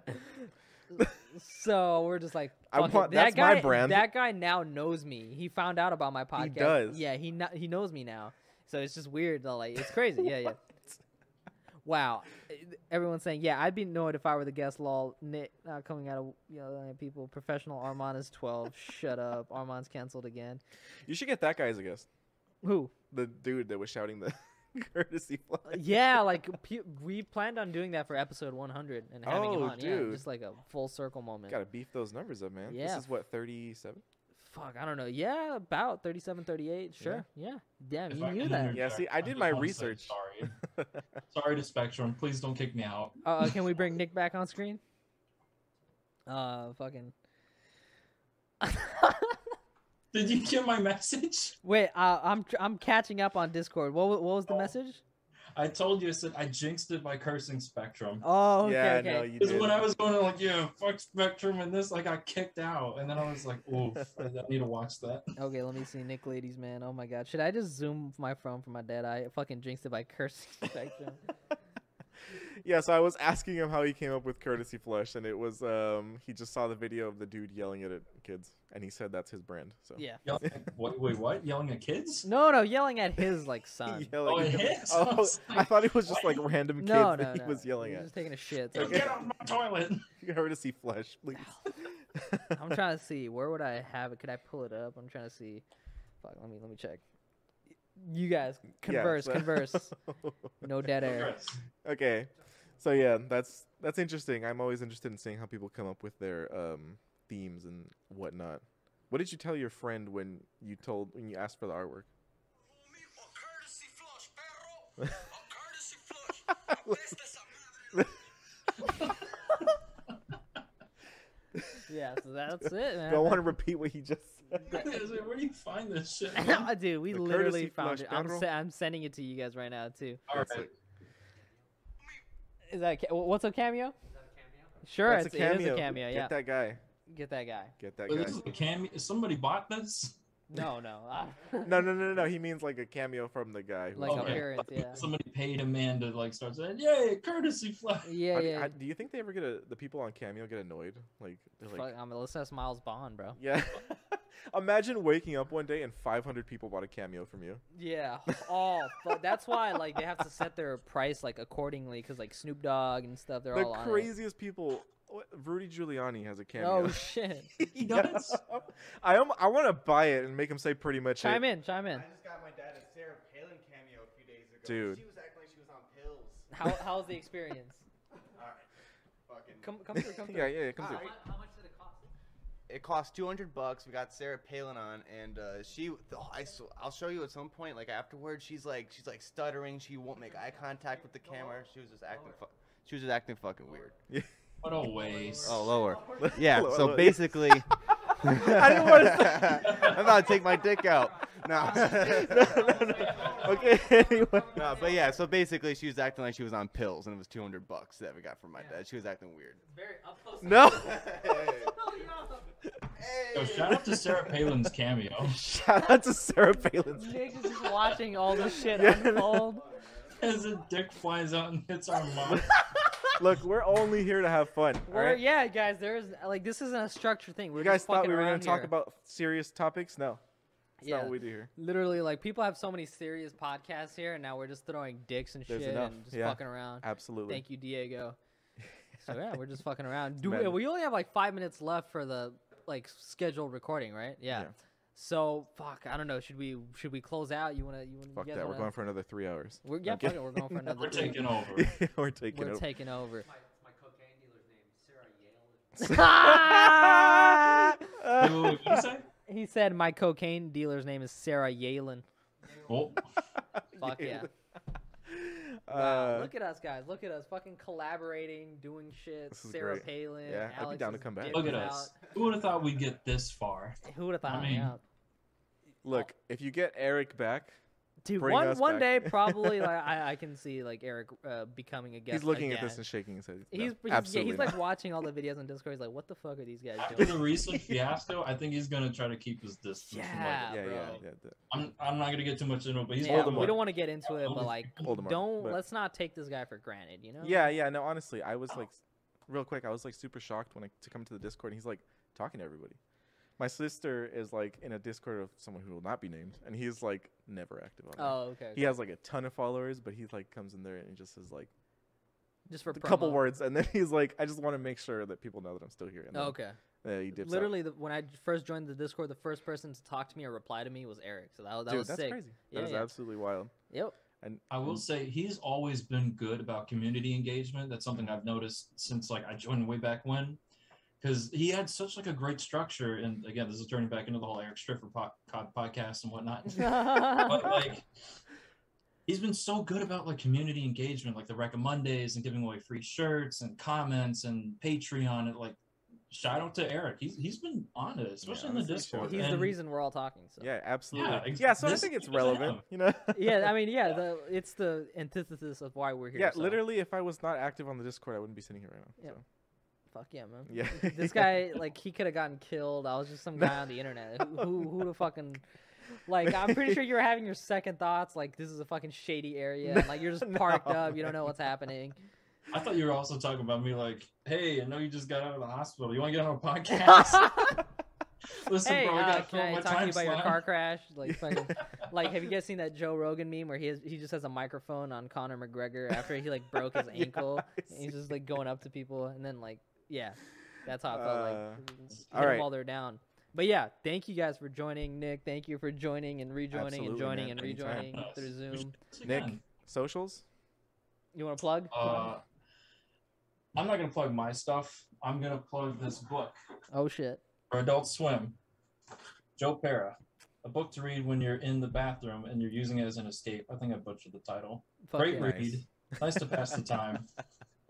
S1: so we're just like,
S2: I
S1: "Fuck it."
S2: want-
S1: that
S2: that's
S1: guy.
S2: my brand.
S1: That guy now knows me. He found out about my podcast.
S2: does.
S1: Yeah, he kno- he knows me now. So it's just weird. Though. Like it's crazy.
S2: [LAUGHS]
S1: yeah, yeah. Wow. Everyone's saying, yeah, I'd be annoyed if I were the guest. Lol, Nick not coming out of you know, uh, people. Professional Armand is twelve. Shut up. Armand's canceled again.
S2: You should get that guy as a guest.
S1: Who?
S2: The dude that was shouting the [LAUGHS] courtesy flush.
S1: Yeah, like pe- we planned on doing that for episode one hundred and having him
S2: Oh,
S1: on. Yeah,
S2: dude.
S1: just like a full circle moment.
S2: Gotta beef those numbers up, man.
S1: Yeah.
S2: This is what 37.
S1: Fuck, I don't know. Yeah, about 37, 38. Sure. Yeah. Damn,
S3: If
S1: you
S3: I
S1: knew
S3: can
S1: that.
S2: Yeah, see,
S3: interject,
S2: I did
S3: just
S2: my
S3: wanna say
S2: research.
S3: Sorry. Sorry to Spectrum. Please don't kick me out.
S1: Uh, can we bring Nick back on screen? Uh, fucking.
S3: Did you get my message?
S1: [LAUGHS] Wait, uh, I'm tr- I'm catching up on Discord. What wa- what was the
S3: Oh.
S1: message?
S3: I told you. I said I jinxed it by cursing Spectrum.
S1: Oh, okay,
S2: yeah,
S1: okay.
S2: no, you
S3: Because
S2: did.
S3: when I was going to like, yeah, fuck Spectrum and this, I got kicked out, and then I was like, oof, I I need to watch that.
S1: Okay, let me see. Nick Ladies, man. Oh my god. Should I just zoom my phone from my dead eye? I fucking jinxed it by [LAUGHS] cursing spectrum.
S2: [LAUGHS] yeah, so I was asking him how he came up with courtesy flush, and it was um he just saw the video of the dude yelling at it, kids, and he said that's his brand. So
S1: [LAUGHS]
S2: [LAUGHS]
S1: yeah.
S3: Yelling at- wait, wait, what? Yelling at kids?
S1: No, no, yelling at his like
S2: [LAUGHS]
S1: son.
S2: yelling.
S3: Oh,
S2: at
S3: it
S2: him.
S3: is? I
S2: Oh,
S3: was
S2: I
S3: like,
S2: thought it was just
S3: what?
S2: like random kids
S1: no, no,
S2: that he
S1: no.
S2: was yelling
S1: He was
S2: at.
S1: just taking a shit.
S3: Yo,
S1: so-
S2: [LAUGHS] Okay.
S3: Get off my toilet.
S2: [LAUGHS] Courtesy flush, please.
S1: I'm trying to see where would I have it? Could I pull it up? I'm trying to see. Fuck, let me let me check. You guys
S2: Yeah,
S1: converse,
S2: so- [LAUGHS]
S1: converse. No dead
S3: [LAUGHS]
S1: air.
S3: Progress.
S2: okay, so yeah, that's that's interesting. I'm always interested in seeing how people come up with their um themes and whatnot. What did you tell your friend when you told when you asked for the
S1: [LAUGHS]
S2: artwork?
S1: Yeah, so that's it,
S2: [LAUGHS]
S1: man.
S2: Don't want to repeat what he just said.
S3: I was like, Where do you find this shit?
S1: Ah, [LAUGHS] Dude, we
S2: The
S1: literally
S2: courtesy
S1: found
S2: flush
S1: it. I'm,
S2: barrel.
S1: se- I'm sending it to you guys right now too.
S3: All right.
S1: Is that a ca- what's a cameo?
S5: Is that a cameo?
S1: Sure,
S2: That's
S1: it's, it is a cameo.
S2: Get
S1: Yeah,
S2: that guy.
S1: get that guy.
S2: Get that
S3: Wait,
S2: guy.
S3: this is a cameo. Somebody bought this.
S2: [LAUGHS]
S1: No, no, I-
S2: No, Oh, no, no, no, no. He means like a cameo from the guy. who-
S1: [LAUGHS] like
S3: Okay.
S1: appearance.
S2: [LAUGHS]
S1: Yeah,
S3: Somebody paid a man to like start saying, "Yay, courtesy flag."
S1: yeah,
S2: How do-
S1: yeah.
S2: how- do you think they ever get a, the people on Cameo get annoyed? Like they're like,
S1: Fuck, I'm gonna listen to Miles Bond, bro.
S2: yeah. [LAUGHS] Imagine waking up one day and 500 people bought a Cameo from you.
S1: Yeah, all. but that's why like they have to set their price like accordingly, cause like Snoop Dogg and stuff, they're
S2: the
S1: all on it.
S2: craziest people. what- Rudy Giuliani has a cameo. [LAUGHS]
S1: Oh shit!
S3: He does.
S2: I am, I want to buy it and make him say pretty much
S1: chime
S2: it.
S1: in, chime in.
S4: I just got my dad a Sarah Palin cameo a few days ago.
S2: Dude.
S4: She was acting like she was on
S1: [LAUGHS]
S4: pills.
S1: How how's the experience?
S4: Alright. Fucking.
S1: Come come
S2: [LAUGHS]
S1: through, come through.
S2: yeah, yeah, yeah, come
S4: Ah,
S2: through.
S4: I-
S1: How much did it cost?
S4: It cost 200 bucks. We got Sarah Palin on, and uh, she, oh, I, sw- I'll show you at some point, like afterwards, she's like, she's like stuttering. She won't make eye contact with the camera. She was just acting, fu- she was just acting fucking weird.
S3: [LAUGHS] What a waste.
S2: [LAUGHS]
S4: Oh, lower. Yeah.
S2: Lower,
S4: so
S2: lower. [LAUGHS]
S4: basically, I
S2: didn't
S1: [LAUGHS]
S2: wanna [LAUGHS] say-
S4: [LAUGHS] I'm about to take my dick out.
S2: [LAUGHS]
S4: No.
S2: Okay, [LAUGHS] anyway.
S4: No, but yeah, so basically she was acting like she was on pills and it was 200 bucks that we got from my dad. She was acting weird.
S1: Very up close. [LAUGHS]
S2: No! [LAUGHS]
S3: Yo, shout out to Sarah Palin's cameo. [LAUGHS]
S2: Shout out to Sarah Palin.
S1: Nick is just watching all this shit
S2: Yeah. [LAUGHS]
S1: unfold.
S3: As a dick flies out and hits our mom.
S2: Look, we're only here to have fun. all
S1: We're,
S2: right?
S1: Yeah, guys, there is like this isn't a structured thing. We're
S2: You guys
S1: just
S2: thought
S1: fucking
S2: we were
S1: around
S2: going to talk
S1: here.
S2: about serious topics? No. That's
S1: yeah,
S2: not what we do here.
S1: literally like people have so many serious podcasts here, and now we're just throwing dicks and
S2: There's
S1: shit
S2: enough,
S1: and just
S2: yeah.
S1: fucking around.
S2: [LAUGHS] Absolutely.
S1: Thank you, Diego. So yeah, we're just fucking around. Do we,
S2: Madness.
S1: we only have like five minutes left for the like scheduled recording, right? Yeah.
S2: Yeah.
S1: So fuck, I don't know. Should we should we close out? You wanna you wanna
S2: Fuck
S1: you guys
S2: that. We're
S1: wanna-
S2: going for another three hours.
S1: We're, yeah,
S2: Okay.
S1: fuck it, we're going for
S2: [LAUGHS]
S1: another.
S3: We're
S1: three.
S3: taking over.
S2: we're taking
S1: We're
S2: over.
S1: taking over.
S5: My, it's my cocaine dealer's name, Sarah
S1: [LAUGHS]
S2: [LAUGHS]
S3: Wait, wait, wait,
S5: Yale.
S3: [LAUGHS] what'd you say?
S1: he said my cocaine dealer's name is Sarah Yalen.
S3: Oh,
S1: Fuck yeah. Wow,
S2: Uh,
S1: look at us guys. Look at us fucking collaborating, doing shit.
S2: This is
S1: Sarah
S2: great.
S1: Palin.
S2: Yeah, I'd be
S1: Alex
S2: down to
S1: is
S2: come back.
S1: dipping
S3: look at us. Who would have thought we'd get this far?
S1: out. Who would have thought?
S3: mean-
S1: yeah.
S2: look, if you get Eric back,
S1: Dude,
S2: Bring
S1: one
S2: us
S1: one
S2: back.
S1: day
S2: [LAUGHS]
S1: probably like I, I can see like Eric uh, becoming a guest.
S2: he's looking
S1: again.
S2: at this and shaking his head. No,
S1: He's he's, yeah,
S2: absolutely
S1: he's
S2: not.
S1: like watching all the videos on Discord. He's like, "What the fuck are these
S3: [LAUGHS]
S1: guys
S3: After the
S1: [LAUGHS] doing?"
S3: recent fiasco, I think he's gonna try to keep his distance. from, like,
S1: [LAUGHS] Yeah,
S2: yeah, yeah,
S1: bro.
S2: yeah. the-
S3: I'm, I'm not gonna get too much into it, but he's
S1: Yeah,
S3: Voldemort.
S1: we don't want to get into it, but like,
S2: Voldemort,
S1: don't
S2: but-
S1: let's not take this guy for granted. You know?
S2: Yeah, yeah. No, honestly, I was like, real quick, I was like super shocked when I to come to the Discord. and He's like talking to everybody. My sister is like in a Discord of someone who will not be named, and he's like never active on. there.
S1: Oh, okay.
S2: He has like a ton of followers, but he like comes in there and just says like
S1: Just for
S2: a couple
S1: promo.
S2: words, and then he's like, I just want to make sure that people know that I'm still here. And
S1: Oh, okay.
S2: then, uh, he dips out.
S1: Literally, the, when I first joined the Discord, the first person to talk to me or reply to me was Eric. So that, was- that
S2: Dude,
S1: was
S2: that's
S1: sick.
S2: crazy.
S1: Yeah,
S2: that is
S1: yeah.
S2: absolutely wild.
S1: Yep.
S2: And
S3: I will say he's always been good about community engagement. That's something I've noticed since like I joined way back when, because he had such like a great structure. And again, this is turning back into the whole Eric Striffer po- co- podcast and whatnot.
S1: [LAUGHS]
S3: but like, he's been so good about like community engagement, like the Rec Mondays and giving away free shirts and comments and Patreon. And like, shout out to Eric. He's he's been on it, especially in the
S2: honestly,
S3: Discord.
S1: He's the
S3: and-
S1: reason we're all talking. So.
S2: yeah, absolutely. Yeah,
S3: ex-
S2: so I
S3: this-
S2: think it's
S3: this is him.
S2: relevant. You know.
S1: [LAUGHS] Yeah, I mean, yeah, the, it's the antithesis of why we're [LAUGHS] here.
S2: yeah,
S1: so.
S2: literally, if I was not active on the Discord, I wouldn't be sitting here right now.
S1: Yeah.
S2: so.
S1: Fuck yeah, man.
S2: Yeah.
S1: [LAUGHS] this guy like he could have gotten killed. I was just some
S2: No.
S1: guy on the internet. Who who, who the fucking like I'm pretty sure you're having your second thoughts like this is a fucking shady area and like you're just parked
S2: No,
S1: up, you don't know what's happening.
S3: I thought you were also talking about me, like, hey, I know you just got out of the hospital. You want to get
S1: [LAUGHS]
S3: on a podcast? Listen,
S1: hey,
S3: bro, I
S1: uh,
S3: got
S1: can I
S3: my
S1: talk to
S3: time
S1: you about your
S3: slot.
S1: car crash? Like fucking like have you guys seen that Joe Rogan meme where he has, he just has a microphone on Conor McGregor after he like broke his
S2: Yeah,
S1: ankle
S2: I
S1: [LAUGHS] and he's
S2: see.
S1: just like going up to people and then like yeah. That's how I felt
S2: Uh,
S1: like hit 'em
S2: alright.
S1: while they're down. But yeah, thank you guys for joining, Nick. Thank you for joining and rejoining and
S2: Absolutely,
S1: joining
S2: man.
S1: and
S2: Anytime.
S1: rejoining
S3: Nice.
S1: through
S3: We should
S1: Zoom.
S3: do this
S2: Nick,
S3: again.
S2: socials.
S1: You want to plug?
S3: Uh, I'm not going to plug my stuff. I'm going to plug this book
S1: oh shit.
S3: for Adult Swim, Joe Para, a book to read when you're in the bathroom and you're using it as an escape. I think I butchered the title.
S1: Fuck
S3: Great
S1: yeah.
S2: Rick.
S3: read. Nice. to pass
S1: [LAUGHS]
S3: the time.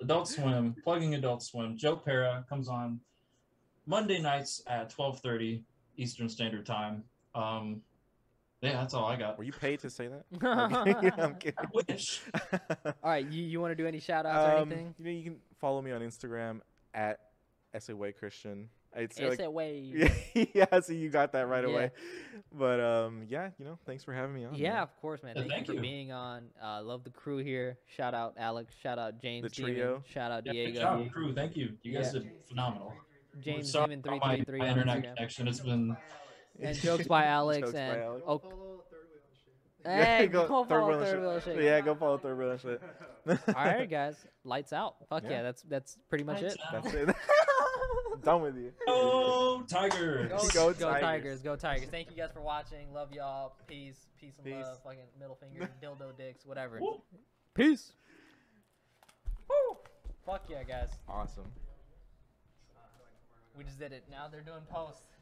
S3: Adult Swim, plugging Adult Swim. Joe Para comes on Monday nights at 12:30 Eastern Standard Time. Um, yeah, that's all I got.
S2: Were you paid
S1: [LAUGHS]
S2: to say that? [LAUGHS] I'm kidding, I'm kidding.
S3: I wish.
S1: All right, you, you want to do any shout outs or
S2: [LAUGHS] um,
S1: anything?
S2: you know, you can follow me on Instagram at SAY Christian. It's
S1: It's
S2: like,
S1: a way. [LAUGHS]
S2: yeah, [LAUGHS] yeah, so you got that right
S1: Yeah.
S2: away. But um, yeah, you know, thanks for having me on. man.
S1: Yeah, of course, man.
S3: Yeah,
S1: Thank,
S3: thank
S1: you for
S3: you.
S1: being on. Uh, love the crew here. Shout out Alex. Shout out James. Demon,
S2: trio.
S1: Shout out
S3: Yeah, good
S1: Diego.
S3: job, crew. Thank you. You guys
S1: Yeah.
S3: did phenomenal.
S1: James
S3: Sorry
S1: Demon three
S3: about my-
S1: three three
S3: my
S1: on
S3: internet
S1: Instagram.
S3: connection. It's been
S2: [LAUGHS]
S1: And jokes by Alex
S2: Jokes by
S1: and
S2: Alex.
S1: oh,
S2: [LAUGHS] Yeah,
S1: hey, go,
S2: Third
S1: follow
S2: Wheel and
S1: Third
S2: Shit.
S1: Wheel Shake.
S2: Yeah, go follow Third Wheel and Shit.
S1: All
S2: [LAUGHS]
S1: right, guys, lights out. Fuck yeah,
S2: Yeah.
S1: that's that's pretty much it.
S2: That's it. [LAUGHS] Done with you.
S3: Go
S1: [LAUGHS]
S3: Tigers.
S1: Go, go
S2: Go
S1: Tigers.
S2: Tigers.
S1: Go Tigers. Thank you guys for watching. Love y'all. Peace. Peace and
S2: Peace.
S1: love. Fucking middle finger, dildo dicks, whatever.
S3: Woo.
S1: Peace. Woo. Fuck yeah, guys.
S2: Awesome.
S1: We just did it. Now they're doing posts.